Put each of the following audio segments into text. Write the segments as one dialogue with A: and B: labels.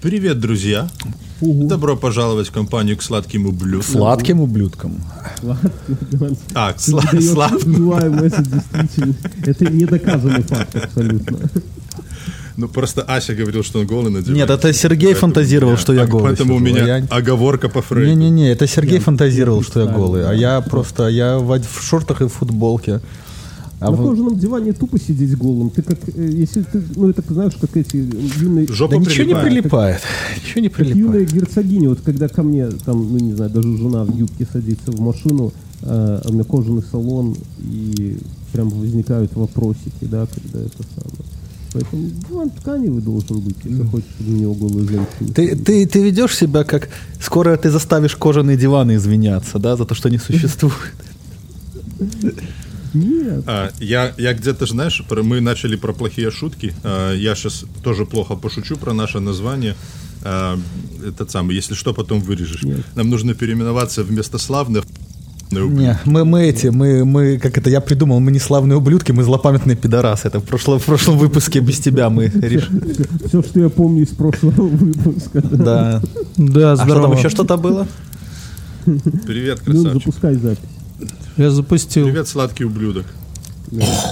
A: Привет, друзья! Добро пожаловать в компанию к сладким ублюдкам.
B: Сладким ублюдкам.
A: А, к
C: Ты
A: сла-
C: даёшь
A: слав-
C: UI message, действительно. Это недоказанный факт абсолютно.
A: Ну, просто Ася говорил, что он голый на диване.
B: Нет, это Сергей
A: Поэтому
B: фантазировал,
A: я-
B: что я
A: а-
B: голый.
A: Поэтому у
B: сижу, а
A: меня
B: я-
A: оговорка по Фрейду.
B: Не-не-не, это Сергей фантазировал, что я
C: представил,
B: голый, а
C: да.
B: я просто, я в, в шортах и в футболке. А
C: На
B: вы-
C: кожаном диване тупо сидеть голым. Ты как, э, если ты, ну это знаешь, как эти юные...
A: Жопа
B: Да ничего не
A: прилипает.
B: прилипает, ничего не
C: Как
B: прилипает.
C: юная герцогиня, вот когда ко мне, там, ну не знаю, даже жена в юбке садится в машину, э, а у меня кожаный салон, и прям возникают вопросики, да, когда это самое. Поэтому диван тканевый должен быть, если хочешь, чтобы у него голые женщины.
B: Ты, ты, ты ведешь себя как... Скоро ты заставишь кожаные диваны извиняться, да, за то, что не существует.
C: Нет.
A: А, я, я где-то, знаешь, про- мы начали про плохие шутки. А, я сейчас тоже плохо пошучу про наше название. А, этот самый, если что, потом вырежешь.
C: Нет.
A: Нам нужно переименоваться вместо славных.
B: Не, мы, мы эти, мы, мы, как это, я придумал, мы не славные ублюдки, мы злопамятные пидорасы. Это в, прошло, в прошлом выпуске без тебя мы решили.
C: Все, что я помню из прошлого выпуска. да.
B: Да.
D: Да,
B: А что
D: здорово.
B: там еще что-то было?
A: Привет,
C: Ну,
A: красавчик.
C: запускай запись.
D: Я запустил.
A: Привет, сладкий ублюдок.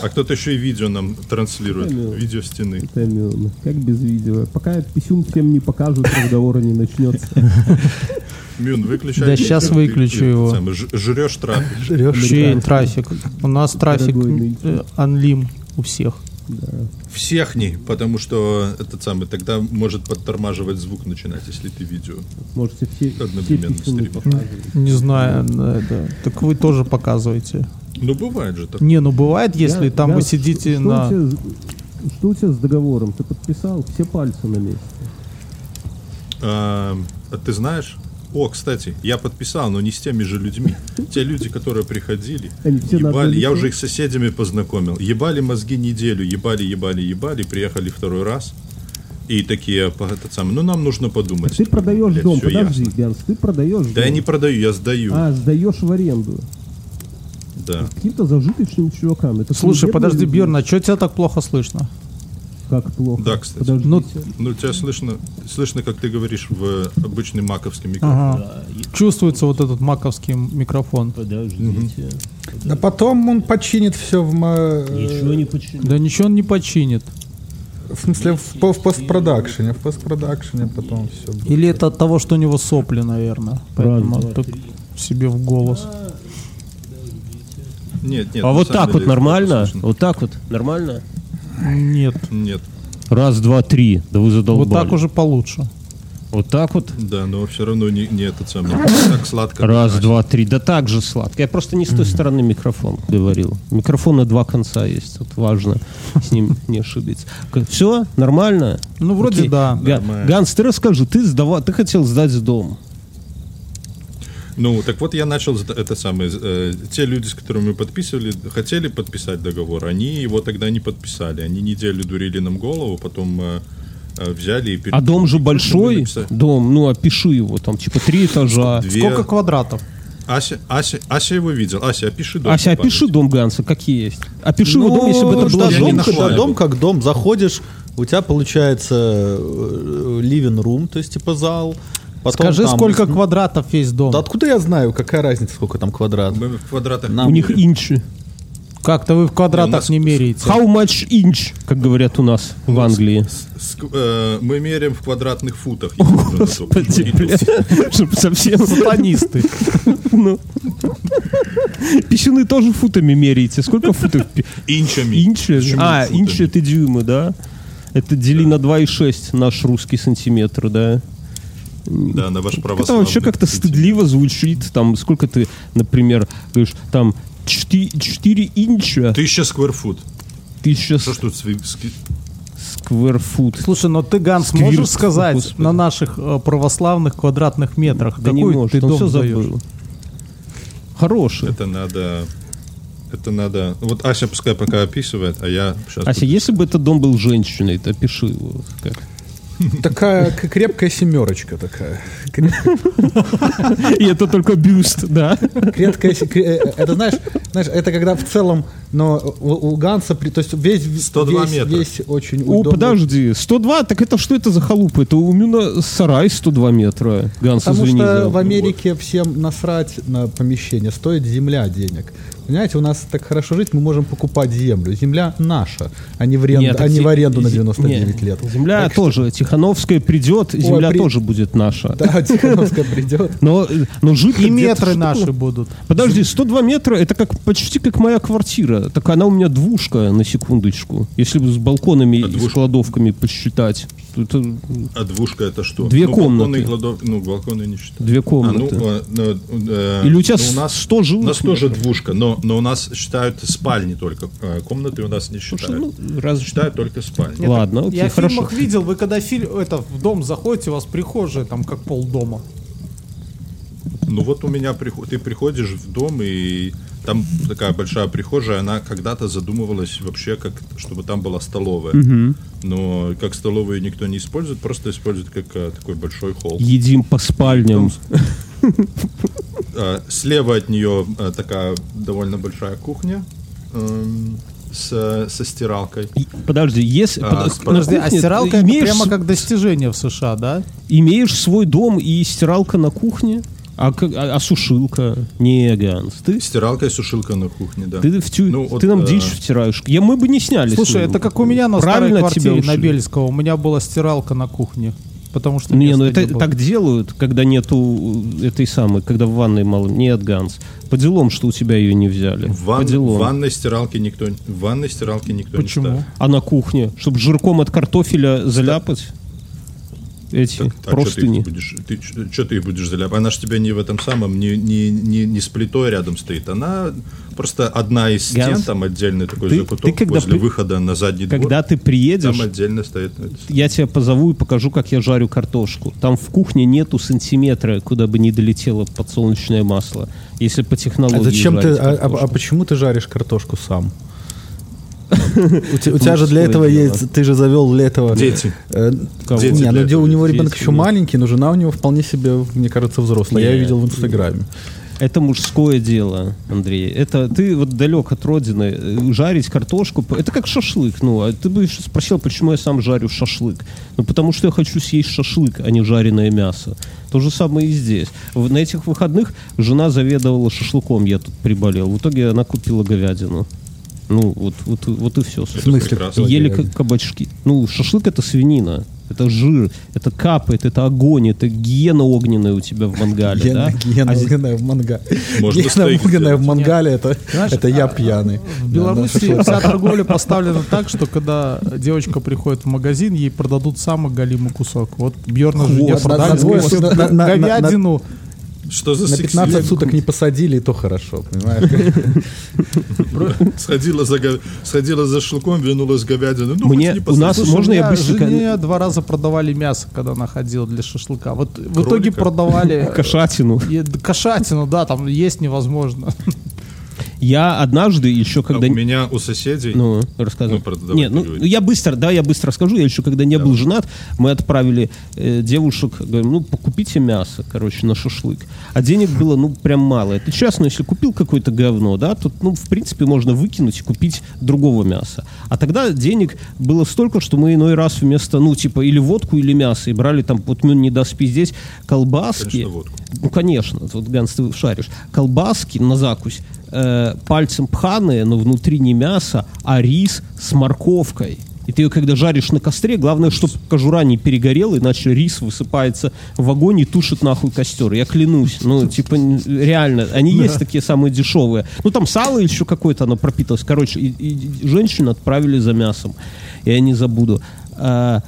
A: А кто-то еще и видео нам транслирует.
C: Алло.
A: Видео стены.
C: Томиловна, Как без видео. Пока писюн всем не покажут, разговора не начнется.
A: Мюн, выключай.
D: Да
A: видео.
D: щас
A: Ты-
D: выключу
A: ты этот
D: его.
A: самый, ж- Жрешь трафик.
B: Жрешь.
D: Чей трафик? У нас трафик
C: Дорогой нынче.
D: э, анлим у всех.
C: Да.
A: Всех не, потому что этот самый тогда может подтормаживать звук начинать, если ты видео.
C: Можете все, все
A: Одновременно
C: писюны
A: стрим.
C: показывать.
D: Не знаю, да, да. так вы тоже показываете.
A: Ну бывает же так.
D: Не, ну бывает, если
C: Я-
D: там
C: я-
D: вы сидите
C: что
D: на...
C: у тебя с- что у тебя с договором? Ты подписал? Все пальцы на месте.
A: А, а ты знаешь? О, кстати, я подписал, но не с теми же людьми. Те люди, которые приходили,
C: Они все на
A: ебали.
C: одной
A: Я
C: линии?
A: уже их с соседями познакомил. Ебали мозги неделю, ебали, ебали, ебали. Приехали второй раз. И такие, по- этот самый, ну нам нужно подумать.
C: Ты продаешь
A: Блядь,
C: дом,
A: всё
C: подожди,
A: ясно.
C: Ганс, ты продаешь
A: Да я
C: дом.
A: не продаю, я сдаю.
C: А, сдаешь в аренду.
A: Да.
C: Каким-то зажиточным чувакам. Это
D: Слушай,
C: бедные
D: подожди,
C: люди?
D: Бьерн, а что тебя так плохо слышно?
C: Как плохо.
A: Да, кстати.
C: Подождите.
D: Ну,
A: Ну, тебя слышно, слышно, как ты говоришь в обычный маковский микрофон.
D: Ага. Чувствуется вот этот маковский микрофон.
E: Подождите.
B: А потом он починит все в, ма-
E: Ничего не починю.
D: Да ничего он не починит.
B: в смысле в, по- в постпродакшене, в постпродакшене потом все.
D: Или это от того, что у него сопли, наверное. Поэтому
C: Правильно.
D: он так себе в голос.
A: Нет, нет.
E: А
A: на
E: вот
A: самом
E: так вот
A: деле
E: нормально?
A: слышно.
E: Вот так вот нормально?
D: Нет.
A: Нет,
E: Раз, два, три. Да вы задолбали.
D: Вот так уже получше.
E: Вот так вот?
A: да, но все равно не, не этот самый. Так сладко.
E: Раз, два, три. Да так же сладко. Я просто не с той стороны микрофон говорил. Микрофон на два конца есть. Тут важно с ним не ошибиться. Все? Нормально?
D: Ну, вроде
E: Окей.
D: да.
E: Га-
A: Нормально.
E: Ганс, ты расскажи. Ты, сдава... ты хотел сдать дом.
A: Ну, так вот я начал с- это самое. э, те люди, с которыми мы подписывали, хотели подписать договор, они его тогда не подписали. Они неделю дурили нам голову, потом э, э, взяли и пере-
E: А дом же большой?
A: написали.
E: Дом. Ну, опиши его. Там типа три этажа.
A: Две-
D: Сколько квадратов?
A: Ася, Ася, Ася его видел. Ася, опиши дом.
E: Ася,
A: по памяти.
E: А, опиши дом Ганса, как есть. Опиши его дом, если бы это
A: Ну, я
E: была
A: не
E: жопа.
B: дом,
A: нашел
B: да,
A: его.
B: дом как дом. Заходишь, у тебя получается э, living room, то есть типа зал. Потом
D: Скажи,
B: там-
D: сколько квадратов есть дом?
B: Да откуда я знаю, какая разница, сколько там квадрат?
A: Мы в квадратах.
B: Нам-
E: У них
A: меряем.
E: инчи.
D: Как-то вы в
A: Не, у
D: квадратах
A: нас-
D: не меряете.
E: How much inch, как говорят у нас в Англии.
A: С- с- э, мы меряем в квадратных футах. если кто-то
E: Господи,
A: тут.
E: блядь. Чтоб совсем...
D: Сатанисты.
E: Ну. Писюны тоже футами меряете. Сколько футов? пи-
A: Инчами.
E: Инчи?
A: Почему
E: А,
A: футами?
E: инчи это дюймы, да? Это дели на 2,6 наш русский сантиметр, да?
A: Да, на ваш
E: Это
A: православный.
E: вообще как-то стыдливо звучит. Там сколько ты, например, говоришь, там 4, инча,
A: Тысяча скверфут.
E: тысяча
A: Что ж тут сви- ски-
E: скверфут.
D: Слушай, но ты, Ганс,
E: Сквирт,
D: можешь сказать
E: господи.
D: на наших э, православных квадратных метрах,
E: Да не
D: какой ты
E: может, он
D: дом
E: все
D: сдаёшь?
E: забыл. Хороший.
A: Это надо... Это надо... ну Вот Ася пускай пока описывает, а я сейчас...
E: Ася, если бы этот дом был женщиной, то пиши его. как.
B: Такая к- крепкая семерочка такая. Креп-
E: И это только бюст, да?
B: э, Крепкая, се- кре- э, это знаешь, знаешь, это когда в целом
F: Но у, у Ганса, при- то есть весь,
A: 102
F: весь,
A: метра.
F: весь очень
E: О,
F: удобный.
E: подожди, 102, так это что это за халупа? Это у Мюна сарай 102 метра. Ганс,
F: Потому
E: извини
F: что
E: за-
F: в Америке всем насрать на помещение, стоит земля денег. Понимаете, у нас так хорошо жить, мы можем покупать землю. Земля наша, а не в, арен-
E: Нет,
F: а не
E: зе-
F: в аренду на
E: зе-
F: 99
E: нет,
F: лет.
E: Земля тоже, Тихановская придет, земля
F: при-
E: тоже будет наша.
F: Да, Тихановская придет.
E: Но, э, но жить
D: И
E: где-то
D: метры
E: что?
D: наши будут.
E: Подожди, 102 метра, это как почти как моя квартира. Так она у меня двушка, на секундочку. Если бы с балконами
A: А
E: и с
A: двушка?
E: кладовками посчитать. то Это
A: А двушка это что?
E: Две
A: ну, балконы
E: комнаты.
A: и кладов- Ну, балконы не считают.
E: две
A: А,
E: комнаты.
A: ну, э, э, э,
E: Или у тебя
A: ну, у нас
E: 100
A: У
E: жилых
A: нас тоже
E: метров?
A: двушка, но, но у нас считают спальни только. э, Комнаты у нас не
E: Слушай,
A: считают.
E: ну, раз
A: Считают только спальни.
E: Нет, Ладно,
D: так
E: окей,
D: я
E: хорошо.
D: в фильмах видел, вы когда фильм, это, в дом заходите, у вас прихожая там как полдома.
A: Ну вот у меня приход- ты приходишь в дом и там такая большая прихожая, она когда-то задумывалась вообще как чтобы там была столовая, но как столовую никто не использует, просто используют как э, такой большой холл. Ну,
E: едим по спальням.
A: Э, Слева от нее э, такая довольно большая кухня эм, с- со стиралкой.
E: И- Подожди, если
A: А,
E: под-
A: с-
E: на
D: Подожди, а
E: кухне
D: стиралка это
E: имеешь,
D: прямо как достижение в США, да?
E: имеешь свой дом и стиралка на кухне, а, как- а- а сушилка не Ганс. Ты,
A: Стиралка и сушилка на кухне, да.
E: ты, в тю-
A: Ну, вот,
E: ты нам
A: э,
E: дичь втираешь. Я, мы бы не снялись.
D: Слушай, это как у меня на
E: Правильно
D: старой
E: от тебя
D: квартире на
E: ушли.
D: Бельского. У меня была стиралка на кухне. Потому что
E: Не,
D: места
E: ну это
D: было.
E: так делают, когда нету э, этой самой, когда в ванной мало. Нет, Ганс. По делам, что у тебя ее не взяли.
A: В, ван-
E: По делам.
A: в ванной стиралке никто, в ванной стиралке никто не
D: Почему?
A: ставит.
E: А на кухне, чтобы жирком от картофеля заляпать эти
A: Так, а чё
E: простыни.
A: Ты их будешь, ты, чё- чё ты их будешь заляпать? Она же тебя не в этом самом, не, не, не, не с плитой рядом стоит. Она просто одна из стен,
E: Ганс,
A: там отдельный такой
E: ты-
A: закуток
E: ты когда
A: возле
E: при-
A: выхода на задний двор.
E: Когда ты приедешь,
A: Там отдельно стоит. это-
E: я тебя позову и покажу, как я жарю картошку. Там в кухне нету сантиметра, куда бы не долетело подсолнечное масло. Если по технологии.
F: А зачем ты,
E: жарить
F: а, а-
E: картошку.
F: а почему ты жаришь картошку сам? У те- у тебя же для
E: свое
F: этого
E: дело.
F: есть, ты же завел для этого...
A: Дети.
F: Э,
E: Кого?
A: Дети
F: Не,
A: для
F: ну де- у
A: этого
F: него
E: есть.
F: ребенок
E: Дети
F: еще
E: нет.
F: маленький, но жена у него вполне себе, мне кажется, взрослая. Я ее
E: Нет.
F: видел в Инстаграме.
E: Это мужское дело, Андрей. Это ты вот далек от родины. Э, Жарить картошку, п- это как шашлык. Ну, а ты бы еще спросил, почему я сам жарю шашлык? Ну, потому что я хочу съесть шашлык, а не жареное мясо. То же самое и здесь. В- на этих выходных жена заведовала шашлыком, я тут приболел. В итоге она купила говядину. Ну, вот, вот, вот и все.
F: В смысле?
A: прекрасно.
F: кто
E: Ели
F: делает?
E: как кабачки. Ну, шашлык это свинина. Это жир, это капает, это огонь, это гиена огненная у тебя в мангале,
F: Гена,
E: да?
F: Гена,
E: А з-
F: Гена в мангале.
A: Можно
F: Гена
A: стейк
F: Гена
A: сделать.
F: в мангале, это,
D: Знаешь,
F: это
E: а,
F: я пьяный.
D: В
F: Да,
D: Беларуси
F: да,
D: вся торговля поставлена так, что когда девочка приходит в магазин, ей продадут самый галимый кусок. Вот Бьерна жене
F: Хвост.
D: продали
F: На- на-
D: сквозь
F: на- на- на-
D: говядину.
A: Что за
F: На
A: сексизм?
F: 15 суток не посадили, и то хорошо, понимаешь?
A: Сходила за, го- сходила за шлуком, вернулась говядина. Ну,
E: Мне-
A: хоть не
E: у
A: посадили.
E: нас-
D: Слушай,
E: можно я
D: у меня
E: быстренько-
D: жене два раза продавали мясо, когда она ходила для шашлыка. Вот в
A: Кролика?
D: итоге продавали
E: Кошатину.
D: э, кошатину, да, там есть невозможно.
E: Я однажды еще
A: А
E: когда...
A: у меня у соседей...
E: Ну, рассказывай.
A: Ну, про- давай
E: Нет, ну,
A: ты говори.
E: я быстро, да, я быстро расскажу. Я еще когда не был женат, мы отправили э, девушек, говорим, ну, покупите мясо, короче, на шашлык. А денег было, ну, прям мало. Это честно, если купил какое-то говно, да, тут, ну, в принципе, можно выкинуть и купить другого мяса. А тогда денег было столько, что мы иной раз вместо, ну, типа, или водку, или мясо, и брали там, вот, ну, не доспи здесь, колбаски.
A: Конечно, водку.
E: Ну, конечно, тут Ганс, ты шаришь. Колбаски на закусь э, пальцем пханые, но внутри не мясо, а рис с морковкой. И ты ее, когда жаришь на костре, главное, чтобы кожура не перегорела, иначе рис высыпается в огонь и тушит нахуй костер. Я клянусь. Ну, типа, н- реально, они есть такие самые дешевые. Ну, там сало еще какое-то, оно пропиталось. Короче, и, и женщину отправили за мясом. Я не забуду. А,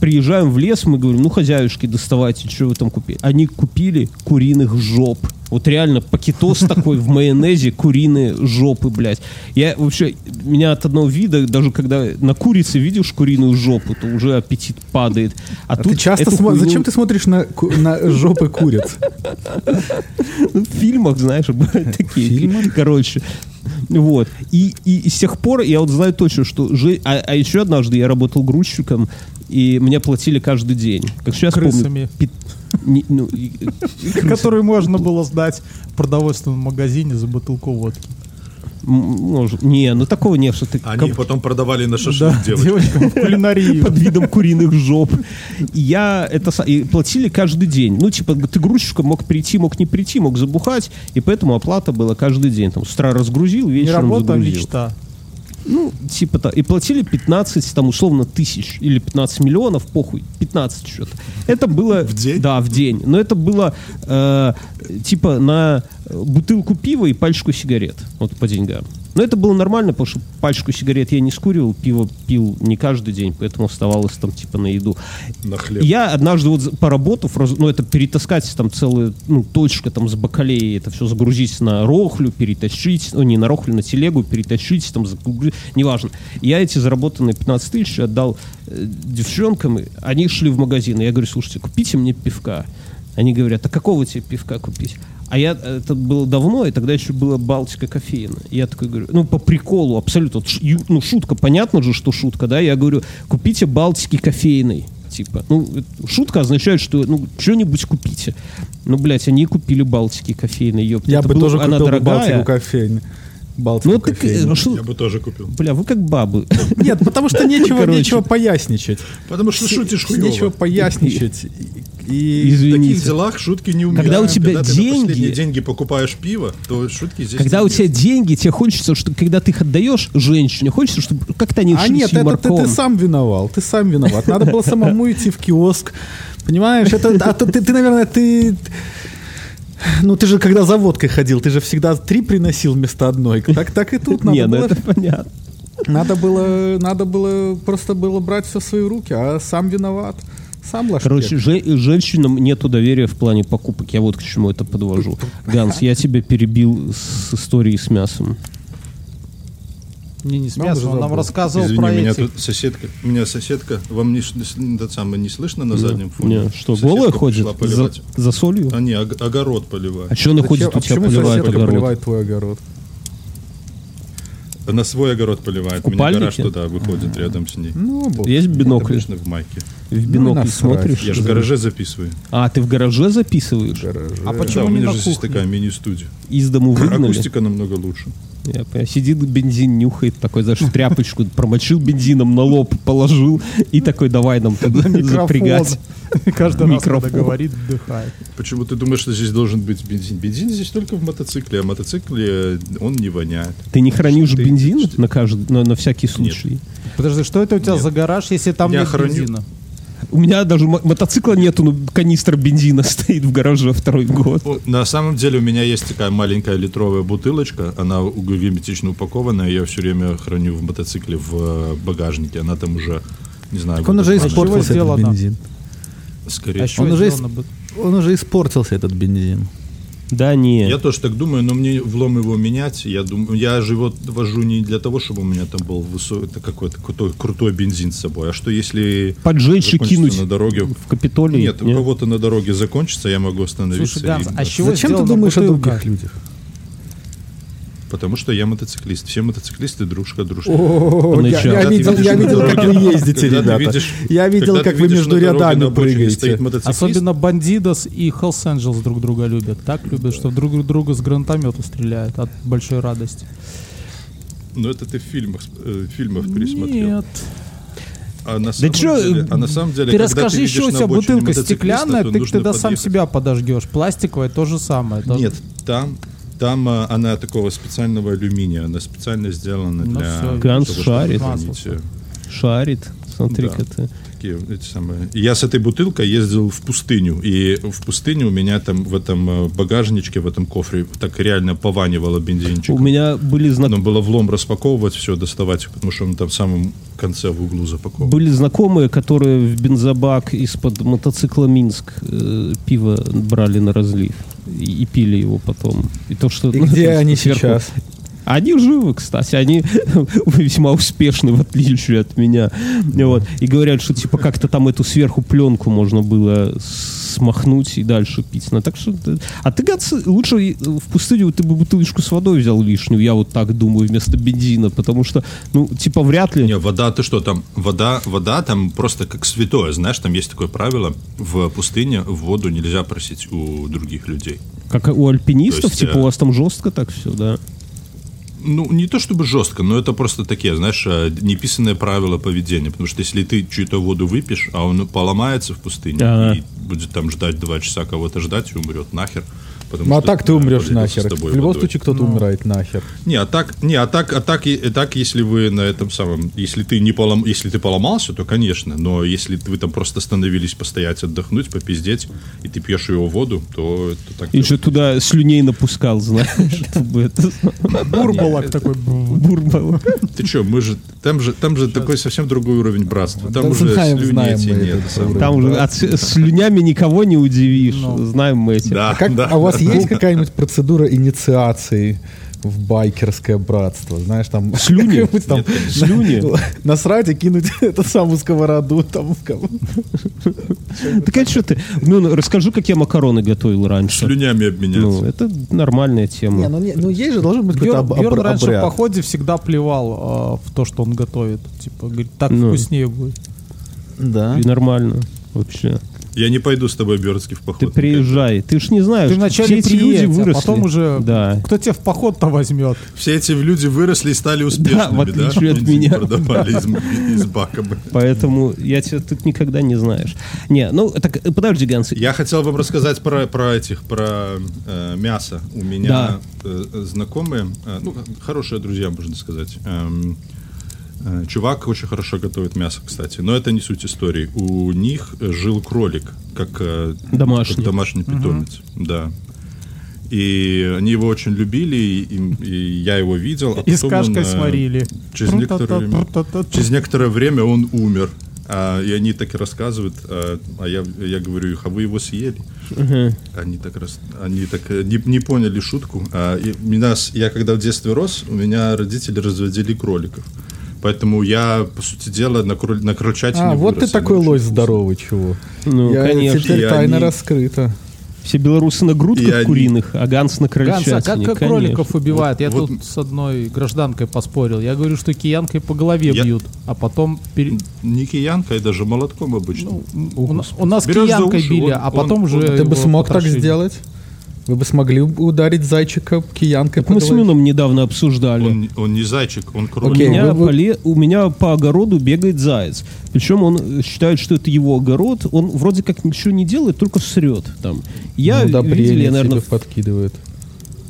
E: приезжаем в лес, мы говорим, ну, хозяюшки, доставайте, что вы там купили. Они купили куриных жоп. Вот реально пакетос такой в майонезе, куриные жопы, блядь. Я вообще, меня от одного вида, даже когда на курице видишь куриную жопу, то уже аппетит падает. А,
F: А
E: тут
F: ты часто
E: эту
F: смо-
E: хуйню
F: Зачем ты смотришь на ку- на жопы куриц?
E: в фильмах, знаешь, бывают такие.
F: фильмах?
E: Короче. Вот. И, и, и с тех пор я вот знаю точно, что... жи- А, а еще однажды я работал грузчиком, и мне платили каждый день. Как сейчас помню...
D: Крысами.
E: пи- не- ну, и-
D: который можно было сдать в продовольственном магазине за бутылку водки.
E: М, Может, не, ну такого не, что ты
A: Они
E: кап-
A: потом продавали на шашлык
D: Да,
A: девочек.
D: девочкам в кулинарии.
E: под видом куриных жоп. И Я это са- и платили каждый день. Ну, типа, ты грузчиком мог прийти, мог не прийти, мог забухать, и поэтому оплата была каждый день. Там с утра разгрузил,
D: Не
E: вечером
D: работа, а
E: загрузил.
D: мечта.
E: Ну, типа так. И платили 15, там, условно, тысяч или 15 миллионов, похуй, 15 что-то. Это было... В
A: день?
E: Да, в день. Но это было, э, типа, на бутылку пива и пачку сигарет. Вот по деньгам. Но это было нормально, потому что пачку сигарет я не скуривал, пиво пил не каждый день, поэтому оставалось там, типа, на еду.
A: На хлеб.
E: Я однажды вот за- поработав, раз- ну это перетаскать там целую, ну точка там с бакалеи, это все загрузить на рохлю, перетащить, ну не на рохлю, на телегу, перетащить там, загрузить, неважно. Я эти заработанные 15 тысяч отдал э, девчонкам, и они шли в магазин, и я говорю, слушайте, купите мне пивка. Они говорят, а какого тебе пивка купить? А я, это было давно, и тогда еще была Балтика кофеина. И я такой говорю, ну, по приколу, абсолютно. Вот ш- ю- ну, шутка, понятно же, что шутка, да? Я говорю, купите Балтики кофейной. Типа, ну, это- шутка означает, что, ну, что-нибудь купите. Ну, блядь, они купили Балтики кофейной, ёпта.
F: Я
E: Это
F: бы
E: было-
F: тоже
E: она
F: купил бы
E: дорогая.
F: Балтику кофейню. Балтику
E: Ну, так, э,
F: кофейню.
E: что-
A: Я бы тоже купил.
E: бля, вы как бабы.
F: Нет, потому что нечего,
E: Короче.
F: нечего поясничать.
A: Потому что шутишь хуёво.
F: Нечего поясничать. И,
E: Из-
A: В таких
E: извините.
A: делах шутки не умеют.
E: Когда у
A: ты
E: тебя
A: на
E: деньги-
A: последние деньги покупаешь пиво, то шутки здесь
E: Когда
A: не
E: у тебя
A: есть.
E: деньги, тебе хочется, что когда ты их отдаешь женщине, хочется, чтобы как-то они
F: А
E: шли
F: нет,
E: с
F: это ты, ты
E: юморком.
F: сам виноват, ты сам виноват. Надо было самому идти в киоск. Понимаешь, это, а то ты, ты, наверное, ты... Ну, ты же когда за водкой ходил, ты же всегда три приносил вместо одной. Так, так и тут надо
E: Не, ну
F: было...
E: это понятно.
F: Надо было, надо было просто было брать все в свои руки, а сам виноват. Сам лошадь.
E: Короче, же- женщинам нету доверия в плане покупок. Я вот к чему это подвожу. Ганс, я тебя перебил с историей с мясом.
D: Не, не с
F: Нам уже
D: мясом, он нам
F: забыл.
D: рассказывал
A: Извини,
D: про
A: меня
D: эти.
A: тут соседка, у меня соседка, вам не, ш- не- это самое не слышно на заднем фоне?
E: Не, что,
A: Соседка
E: голая
A: пришла
E: ходит? За,
A: поливать.
E: за солью?
A: А не, ог- огород поливает.
E: А что она ходит,
F: а
E: у тебя
F: почему
E: поливает
F: соседка
E: огород?
F: поливает твой огород?
A: На свой огород поливает.
E: В купальнике?
A: У меня гараж туда выходит рядом с ней.
F: Ну, бог.
E: Есть А. бинокль?
A: Конечно, в майке.
E: В бинокль
F: насрать.
E: смотришь?
A: ну, Я же в гараже записываю.
E: А, ты в гараже записываешь?
D: А
A: да,
D: почему
A: э, у
D: не
A: меня
D: на
A: же здесь
D: кухне?
A: такая мини-студия.
E: Из дому выгнали?
A: Акустика намного лучше.
E: Я понимаю. Сидит, бензин нюхает, такой, знаешь, тряпочку промочил бензином, на лоб положил и такой, давай нам тут запрягать.
D: Каждый раз, когда
E: Микрофон.
D: говорит, вдыхает.
A: Почему ты думаешь, что здесь должен быть бензин? Бензин здесь только в мотоцикле, а мотоцикле э, он не воняет.
E: Ты не хранишь
A: Ты-
E: бензин на, каждый, на, на всякий случай?
D: Подожди, что это у тебя
A: Нет.
D: за гараж, если там
A: Я
D: нет
A: храню.
D: бензина?
E: У меня даже мо- мотоцикла нету, но канистра бензина стоит в гараже второй год.
A: О, На самом деле у меня есть такая маленькая литровая бутылочка, она у- герметично упакованная, я все время храню в мотоцикле в э, багажнике, она там уже, не знаю,
F: Он
A: года
F: уже
A: два,
D: испортил.
F: испортился этот
D: сделано?
F: бензин.
A: наверное, скорее.
D: А чё
F: Он уже
D: сделано бы?
F: Он уже испортился этот бензин.
E: Да не.
A: Я тоже так думаю, но мне влом его менять. Я думаю, я же его вожу не для того, чтобы у меня там был высокий это какой-то крутой, крутой бензин с собой. А что если
E: Поджечь и
A: закончится
E: кинуть
A: на дороге?
E: в Капитолий?
A: Нет, ну, у кого-то на дороге закончится, я могу остановиться.
D: Слушай, Ганс,
A: и-
D: а с чего
F: Зачем ты
D: сделана
F: думаешь о
D: бутылка?
F: других людях?
A: Потому что я мотоциклист. Все мотоциклисты дружка дружка.
F: О, я,
E: Поначалу.
F: я
A: Когда ты
F: видел,
A: видишь
F: я
A: на
F: видел,
A: дороге-
F: как вы ездите,
A: когда ты
F: ребята.
A: видишь-
F: я видел,
A: когда
F: как
A: ты
F: вы
A: видишь
F: между
A: на дороге на
F: рядами
A: обочине
F: прыгаете.
A: стоит мотоциклист,
D: Особенно Бандидос и Хеллс Angels друг друга любят. Так любят, что друг друга с гранатомета стреляют от большой радости.
A: Но ну, это ты в фильмах, э, фильмах пересмотрел.
D: Нет.
A: А на самом
E: чё,
A: деле, а на самом деле,
D: Ты
A: когда
D: расскажи,
A: видишь
D: еще у
A: на
D: тебя
A: обочине
D: бутылка
A: мотоциклиста,
D: стеклянная,
A: то
D: ты
A: нужно
D: тогда сам
A: подъехать.
D: себя подожгешь. Пластиковая то же самое. тоже-
A: Нет, там, там а, она такого специального алюминия, она специально сделана
D: Ну
A: для...
D: всё,
A: того,
E: Ганс
A: чтобы
E: шарит.
A: хранить,
D: Масло.
A: э,
E: Шарит. Смотри-ка
A: Да.
E: ты.
A: такие эти самые. И Я с этой бутылкой ездил в пустыню, и в пустыне у меня там в этом э, багажничке, в этом кофре так реально пованивало бензинчиком.
E: У меня были, зна-
A: Нам Ну, было влом распаковывать все, доставать, потому что он там в самом конце в углу запакован.
E: были знакомые, которые в бензобак из-под мотоцикла Минск э, пиво брали на разлив и, и пили его потом. И то, что
F: И
E: ну,
F: где
E: там
F: они
E: сверху- Ну,
F: сейчас?
E: Они живы, кстати, они весьма успешны, в отличие от меня. Вот. И говорят, что типа как-то там эту сверху пленку можно было смахнуть и дальше пить. Ну, так что, ты- а ты, Гац, лучше и в пустыню ты бы бутылочку с водой взял лишнюю, я вот так думаю, вместо бензина, потому что, ну, типа вряд ли.
A: Не, вода, ты что, там вода, вода там просто как святое, знаешь, там есть такое правило, в пустыне воду нельзя просить у других людей.
E: Как у альпинистов,
A: То есть,
E: типа
A: э,
E: у вас там жестко так все, да?
A: ну, не то чтобы жестко, но это просто такие, знаешь, э, неписанные правила поведения. Потому что если ты чью-то воду выпьешь, а он поломается в пустыне
E: Да.
A: и будет там ждать два часа кого-то ждать и умрет нахер. потому
F: Ну а
A: что,
F: так ты
A: да,
F: умрешь
A: поделился с
F: нахер.
A: тобой
F: В любом
A: водой.
F: случае
E: Ну.
F: кто-то умирает нахер.
A: Не, а так, не, а так, а так, и- и так, если вы на этом самом, если ты не полом, если ты поломался, то конечно, но если вы там просто становились постоять, отдохнуть, попиздеть, и ты пьешь его воду, то это так.
E: И еще туда слюней напускал, знаешь, чтобы это...
D: Бурбалак такой. бу-
E: Бурбал.
A: Ты что, мы же там же там же такой совсем другой уровень братства, там
F: Да
A: уже
F: знаем, знаем
A: слюней
F: мы
A: нет.
F: этот
A: сам.
F: уровень.
E: Там уже от с- слюнями никого не удивишь.
D: Ну.
E: Знаем мы эти.
A: Да,
F: А, как,
A: да.
F: а у вас есть какая-нибудь процедура инициации в байкерское братство? Знаешь, там...
E: Слюни?
F: какой-нибудь Там,
E: Слюни?
F: Насрать и кинуть эту самую сковороду там в кого
E: Так а что ты? Ну, расскажу, как я макароны готовил раньше.
A: Слюнями обменяться.
E: Ну, это нормальная
F: Не,
E: тема.
F: ну, не- ну есть же должен быть какой-то
D: Бьорн,
F: об-
D: Бьорн
F: обр-
D: раньше
F: обряд.
D: в походе всегда плевал э, в то, что он готовит. Типа, говорит, так
E: Ну.
D: вкуснее будет.
F: Да.
E: И нормально вообще.
A: Я не пойду с тобой Бёрдский в поход.
E: Ты приезжай. Ты ж не знаешь,
D: Ты вначале
E: все эти люди
D: приедь, а
E: выросли.
D: потом уже
E: Да.
D: кто тебя в поход-то возьмет.
A: Все эти люди выросли и стали успешными, да?
E: в отличие от
A: Бензин
E: меня.
A: Продавали из, из бака. блин.
E: Поэтому я тебя тут никогда не знаешь. Не, ну, так э, подожди, Ганс.
A: Я хотел вам рассказать про, про этих, про э, мясо. У меня
E: Да.
A: э, э, знакомые, э, ну, х- хорошие друзья, можно сказать. Эм, э, чувак очень хорошо готовит мясо, кстати. Но это не суть истории. У них э, жил кролик, как э,
E: Домашний.
A: как домашний питомец. Да. И они его очень любили, и, и- и я его видел. а
D: И с
A: потом он,
D: кашкой
A: э,
D: сварили.
A: Через некоторое,
D: Пру-та-та-пру-та-та.
A: через некоторое время он умер. А, и они так и рассказывают, а, а я, я говорю их, а вы его съели? Они так, рас- они так э, не, не поняли шутку. А, и меня с- я когда в детстве рос, у меня родители разводили кроликов. Поэтому я, по сути дела, на, кроль, на крольчатине
F: А, вот ты
A: вырос.
F: такой
A: Они
F: лось
A: очень
F: здоровый, чего.
E: Ну,
F: Я-
E: конечно.
A: И
F: Теперь тайна
A: они-
F: раскрыта.
E: Все белорусы на
A: И
E: грудках
A: они-
E: куриных, а Ганс на
D: Ганс,
E: крольчатине.
D: а как как
E: конечно.
D: кроликов убивают? Я
A: вот-
D: тут с одной гражданкой поспорил. Я говорю, что киянкой по голове
A: Я-
D: бьют, а потом... пере-
A: Не киянкой, даже молотком обычно.
F: Ну,
D: у, нас- у нас
A: Берешь за
D: киянкой
A: уши,
D: били,
A: он-
D: а потом
A: он-
D: уже...
F: Ты
D: его
F: бы смог так
D: потрошили.
F: сделать? Вы бы смогли ударить зайчика киянкой по
E: Мы с
F: голове?
E: Мином недавно обсуждали.
A: Он, он не зайчик, он кролик.
E: У
F: Окей,
E: меня,
F: вы- вы-
E: поле- у меня по огороду бегает заяц. Причем он э, считает, что это его огород. Он вроде как ничего не делает, только срет там. Я
F: Ну, добрели
E: видел, я,
F: тебе
E: наверное,
F: подкидывает.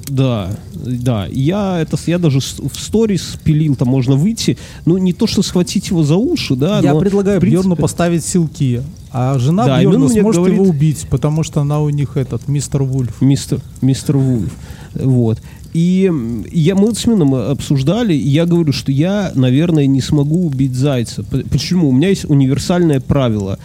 E: Да, да. Я это с- я даже с- в сторис пилил, там можно выйти. Ну, не то, что схватить его за уши, да.
D: Я
E: но,
D: предлагаю
E: в принципе,
D: Бьерну поставить силки, а жена
E: Да, и он
D: Бьерна
E: мне
D: сможет
E: говорит-
D: его убить, потому что она у них этот мистер Вульф.
E: мистер, мистер Вульф. Вот. И м, я, мы вот с Мином э, обсуждали, и я говорю, что я, наверное, не смогу убить зайца. П- Почему? У меня есть универсальное правило.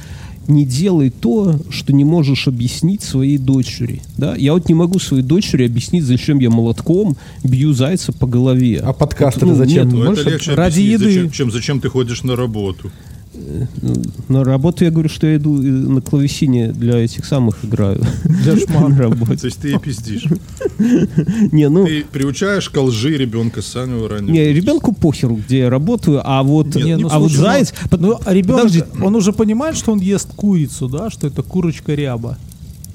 E: Не делай то, что не можешь объяснить своей дочери. Да? Я вот не могу своей дочери объяснить, зачем я молотком бью зайца по голове.
F: А подкаст
E: Ну,
F: это зачем?
E: нет,
A: Ну,
F: Можешь
A: это легче
D: ради
A: объяснить,
D: еды.
A: зачем- чем зачем ты ходишь на работу.
E: На работу я говорю, что я иду э, на клавесине для этих самых играю.
D: Для шмара.
E: На работе.
A: То есть ты и пиздишь.
E: Не, ну,
A: Ты приучаешь к лжи ребенка с самого раннего.
E: не, ребенку похеру, где я работаю, а вот,
A: Нет,
E: не,
A: ну,
E: а вот
D: слушай, ну,
E: заяц... под-
D: Ну, а ребенок,
E: подожди.
D: он уже понимает, что он ест курицу, да, что это курочка ряба.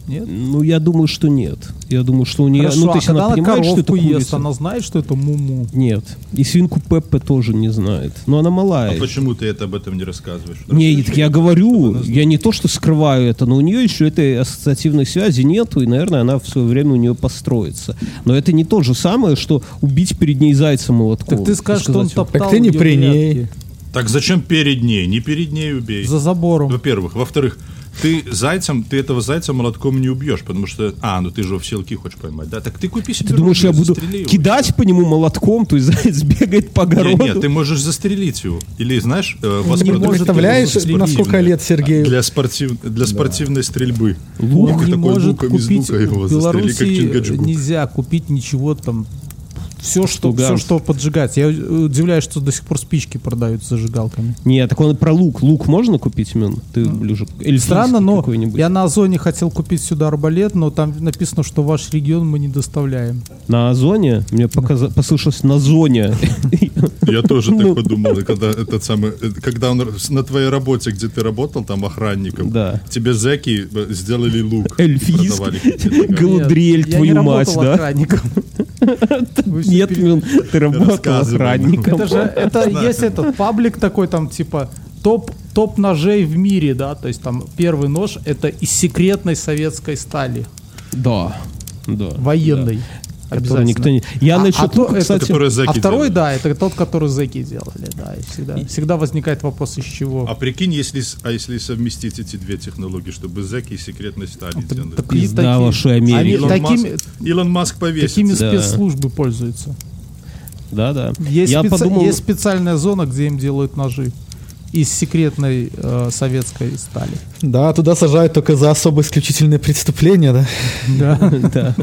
D: Нет?
E: Ну, я думаю, что нет. Я думаю, что у нее...
D: Хорошо,
E: ну, то
D: а
E: есть она
D: когда она
E: понимает, что это
D: коровку ест,
E: курица.
D: она знает, что это муму.
E: Нет. И свинку Пеппе тоже не знает. Но она
A: А
E: малая.
A: почему ты это об этом не рассказываешь?
E: Не, так я говорю, я не то что скрываю это, но у нее еще этой ассоциативной связи нету, и, наверное, она в свое время у нее построится. Но это не то же самое, что убить перед ней зайца молотком.
D: Так ты скажешь, что он
E: Сказать,
D: топтал
F: Так ты не
D: её
F: при
D: грядки
F: ней.
A: Так зачем перед ней? Не перед ней убей.
D: За забором.
A: Во-первых. Во-вторых, ты зайцем, ты этого зайца молотком не убьешь, потому что... А, ну ты же его в селки хочешь поймать, да? Так ты купи себе
E: Ты думаешь, я
A: ружье,
E: буду
A: застрели его.
E: кидать по нему молотком, то есть заяц бегает
A: Не,
E: по огороду?
A: Нет, ты можешь застрелить его. Или, знаешь, э,
F: не
A: воспродукт-
F: представляешь,
A: спортивный.
F: на сколько лет Сергею?
A: Для, спортив... для спортивной стрельбы.
D: он
A: Лук
D: не
A: такой
D: может
A: луком из
D: купить
A: лука его
D: в
A: застрели, как
D: Белоруссии
A: Чингачгук.
D: нельзя купить ничего там все что, все,
E: Ганс?
D: что поджигать. Я э, удивляюсь, что до сих пор спички продают с зажигалками.
E: Нет, так он про лук. Лук можно купить, Мин? Ты ближе к- эльфийский
D: Ну, Странно, но
E: какой-нибудь.
D: я на Озоне хотел купить сюда арбалет, но там написано, что ваш регион мы не доставляем.
E: На Озоне? Мне показа- послышалось на зоне.
A: Я тоже
E: Ну.
A: так подумал, и когда этот самый, э, когда он р- с- на твоей работе, где ты работал, там охранником,
E: Да.
A: тебе зэки э, сделали лук. и
E: Эльфийский.
A: продавали какие-то, да.
E: Голодриэль,
D: Нет, я не
E: твою мать,
D: работал
E: да?
D: охранником. Вы все
E: Нет,
D: пере-
E: Мюн, ты работал
A: Рассказывай. ну.
E: охранником.
D: Это же это есть этот паблик такой там типа топ топ ножей в мире, да, то есть там первый нож это из секретной советской стали
E: Да, да.
D: военной.
E: Который
D: Обязательно.
E: никто не- Я
D: а,
E: насчет
D: а то-
E: лука,
D: это-
E: кстати,
A: Который зэки
D: а второй,
A: делают.
D: да, это тот, который зэки делали, да, и всегда, всегда возникает вопрос, из чего.
A: А прикинь, если, с- а если совместить эти две технологии, чтобы зэки и секретность стали
D: Так-
A: делали.
D: такие-
E: Пизда
D: такие-
E: вашей Америке.
D: они
A: Илон,
D: такими,
A: Маск, Илон Маск повесится.
D: такими
E: Да.
D: спецслужбы пользуются.
E: Да, да.
D: Есть,
E: Я
D: специ-
E: подумал,
D: есть специальная зона, где им делают ножи из секретной э, советской стали.
B: Да, туда сажают только за особо исключительное преступление, да.
E: да,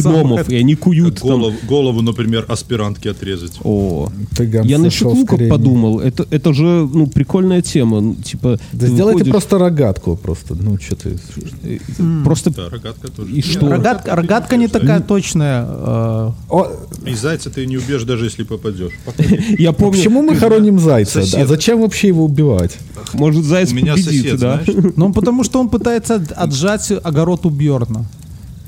E: гномов, и они куют там.
A: Голов- голову, например, аспирантки отрезать.
E: О,
B: Ты, Ганс,
E: я насчет
B: зашел
E: лука
B: скорее.
E: подумал. Это, это же ну, прикольная тема. Ну, Типа,
B: Да
E: ты
B: сделай ты
E: выходишь-
B: просто рогатку просто. Ну, что ты...
E: э, просто...
A: Да, рогатка тоже.
E: И
A: Нет,
E: что?
D: Рогатка, рогатка не
A: убьешь,
D: такая точная. э,
B: О,
A: да. И зайца ты не убьешь, даже если попадешь.
E: Я помню,
B: почему мы хороним зайца?
A: Сосед.
B: А зачем вообще его убивать?
E: может, заяц
A: У меня
E: победит,
A: сосед,
E: да?
A: знаешь,
D: ну, потому что он пытается от- отжать огород у Бьорна.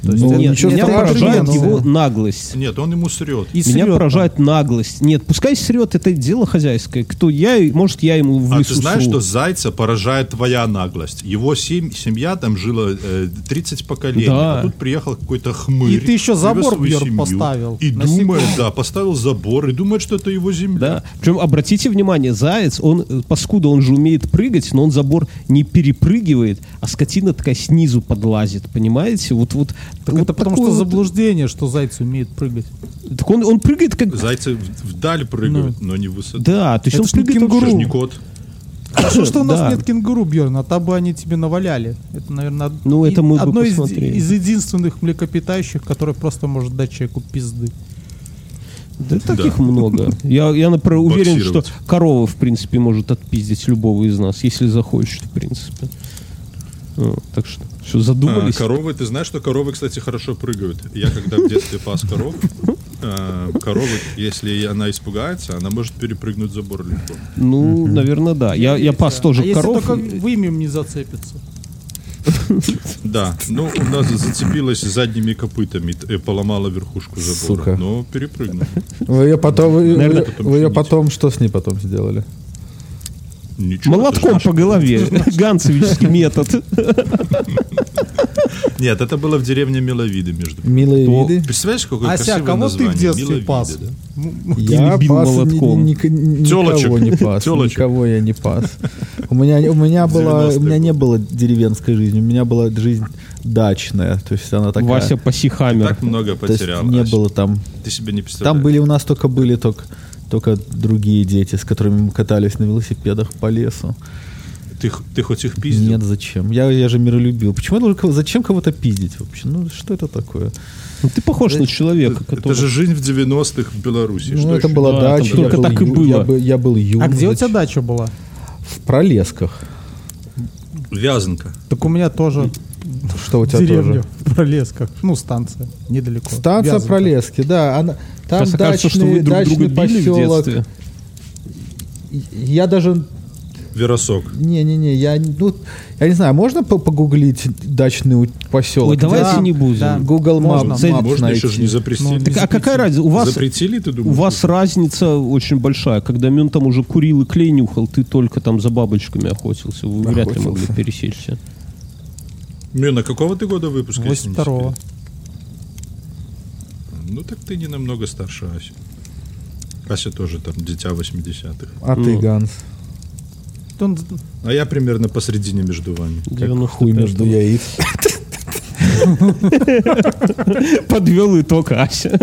B: Ну,
D: это-
B: ничего
D: это
E: меня поражает
D: аргумент,
E: его
D: да.
E: наглость.
A: Нет, он ему срет.
D: ну, И
E: Меня
D: срёт.
E: поражает наглость. Нет, пускай срет, это дело хозяйское. Кто я, и- может, я ему в
A: А
E: лесу
A: ты знаешь,
E: сру.
A: что зайца поражает твоя наглость? Его сем- семья там жила э, 30 поколений,
E: Да.
A: а тут приехал какой-то хмырь.
D: И ты еще
A: привез
D: забор,
A: свою
D: Бьерн,
A: семью
D: поставил
A: И
D: на
A: думает,
D: секунду.
A: да, поставил забор, и думает, что это его земля.
E: Да. Причем обратите внимание, заяц, он, э, паскуда, он же умеет прыгать, но он забор не перепрыгивает, а скотина такая снизу подлазит, понимаете? Вот, вот,
D: Так
E: вот
D: это потому что
E: такое вот-
D: заблуждение, что зайцы умеют прыгать.
E: Так он, он прыгает как...
A: Зайцы в- вдаль прыгают, но не в высоту.
E: Да, то есть
D: Это
E: он
D: ж не
E: прыгает...
A: Это ж
E: очень-
A: не кот.
D: Хорошо, что у нас
E: Да.
D: нет кенгуру, Бьерн, а то бы они тебе наваляли. Это, наверное, од-
E: Ну, это мы бы
D: одно из,
E: посмотрели.
D: из единственных млекопитающих, которое просто может дать человеку пизды.
E: Да таких много. Я, я, например, уверен, что
A: Боксировать.
E: корова, в принципе, может отпиздить любого из нас, если захочет, в принципе. Ну, так что, что
A: А,
E: задумались?
A: коровы, ты знаешь, что коровы, кстати, хорошо прыгают. Я когда в детстве пас коров, э, коровы, если она испугается, она может перепрыгнуть забор легко.
E: Ну, наверное, да. Я, я пас тоже
D: а если
E: коров.
D: только вымем не зацепится.
A: Да, ну у нас зацепилась задними копытами т- и поломала верхушку забора,
B: Сука.
A: но перепрыгнула.
B: Вы ее потом... Вы,
E: Наверное,
B: вы-
A: потом
B: вы ее
A: жените.
B: потом... Что с ней потом сделали?
A: Ничего,
E: Молотком
A: это ж
E: по голове. Ганцевический метод.
A: наш- Нет, это было в деревне Миловиды, между прочим.
B: Милые
E: То-
B: виды?
A: Представляешь, какое
D: Ася,
A: красивое
D: кого
A: название?
D: ты в детстве
A: Миловиды,
D: пас?
A: да.
D: М-
B: Я
E: бил
B: пас ни-
E: молотком?
B: ни- ни- ни-
A: Тёлочек.
B: никого не пас.
A: Тёлочек.
B: Никого я не пас. У меня, у меня, была, у
A: 90-е
B: меня не
A: годы.
B: было деревенской жизни. У меня была жизнь дачная. То есть она такая...
E: Вася паси хаммер.
A: Так много
B: то есть
A: потерял.
B: не
A: Ася.
B: было там...
A: Ты себе не представляешь.
B: Там были у нас только были только, только другие дети, с которыми мы катались на велосипедах по лесу.
A: Ты, х- ты хоть их пиздил?
B: Нет, зачем? Я, я же миролюбил. Почему я должен кого- зачем кого-то пиздить вообще? Ну что это такое?
E: Ну, Ты похож на человека,
A: Это
E: который...
A: же жизнь в 90-х в Беларуси.
B: ну
A: Что
B: это
A: еще?
B: была
E: Да, там
B: дача. я
E: только
B: был
E: так и
B: ю-
E: было.
B: Я, бы- я был юн.
D: А где у тебя
B: зачем?
D: дача была?
B: В пролесках.
A: Вязанка.
D: Так у меня тоже
B: Что у тебя
D: деревня
B: тоже?
D: в Пролесках. Ну, станция, недалеко.
B: Станция
D: Вязанка.
B: Пролески, да. Она, там
E: Сейчас окажется,
B: дачный,
E: что вы друг
B: дачный
E: друга били в
B: поселок.
E: детстве.
B: я даже
A: Веросок.
B: не-не-не, я ну я не знаю, можно по- погуглить дачный у- поселок?
E: Ой, давайте
D: Да,
E: не
D: да.
E: будем.
B: Google Maps.
D: Можно.
E: Цель-
B: Maps
A: Можно еще
B: найти.
A: же не запретили.
D: Ну,
E: Так, а какая разница? У вас
A: запретили, ты
E: У
A: думаешь?
E: вас разница очень большая. Когда Мюн там уже курил и клей нюхал, ты только там за бабочками охотился. Вы вряд ли могли
B: Охотился.
E: пересечься.
A: Мина, какого ты года выпуска? если не
D: 82-го.
A: секрет? Ну так ты не намного старше Ася. Ася тоже там дитя 80-х.
B: А ты,
E: Ну.
B: Ганс,
D: Он-
A: А я примерно посредине между вами.
B: как хуй между яиц.
E: Подвел итог Ася.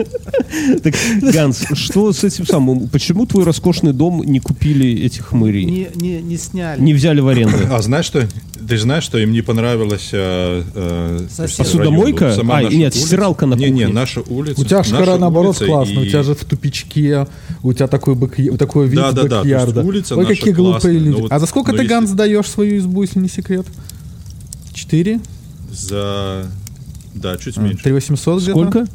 E: Так, Ганс, что с этим самым? Почему твой роскошный дом не купили этих хмырей?
D: Не, не, не сняли.
E: Не взяли в аренду?
A: А знаешь что? Ты же знаешь, что им не понравилось... э, э,
D: Сосед.
E: Посудомойка?
A: район. Сама
E: А,
A: наша
E: нет,
A: улица.
E: стиралка на
A: Не, не,
E: кухне.
A: наша улица.
B: У тебя шкара
A: наша
B: наоборот
A: улица
B: классно, у
A: и-
B: тебя же в тупичке, у тебя такой, бэк- такой вид
A: Да,
B: с
A: да, да, то есть
B: бэк-ярда.
A: улица
B: Ой,
A: наша
B: какие
A: классная,
B: глупые
A: но
B: люди.
A: вот-
B: а за сколько
A: но
B: ты,
A: если-
B: Ганс, даешь свою избу, если не секрет? Четыре? А,
A: За... Да,
E: А,
A: чуть меньше.
B: Три восемьсот где-то?
E: Сколько?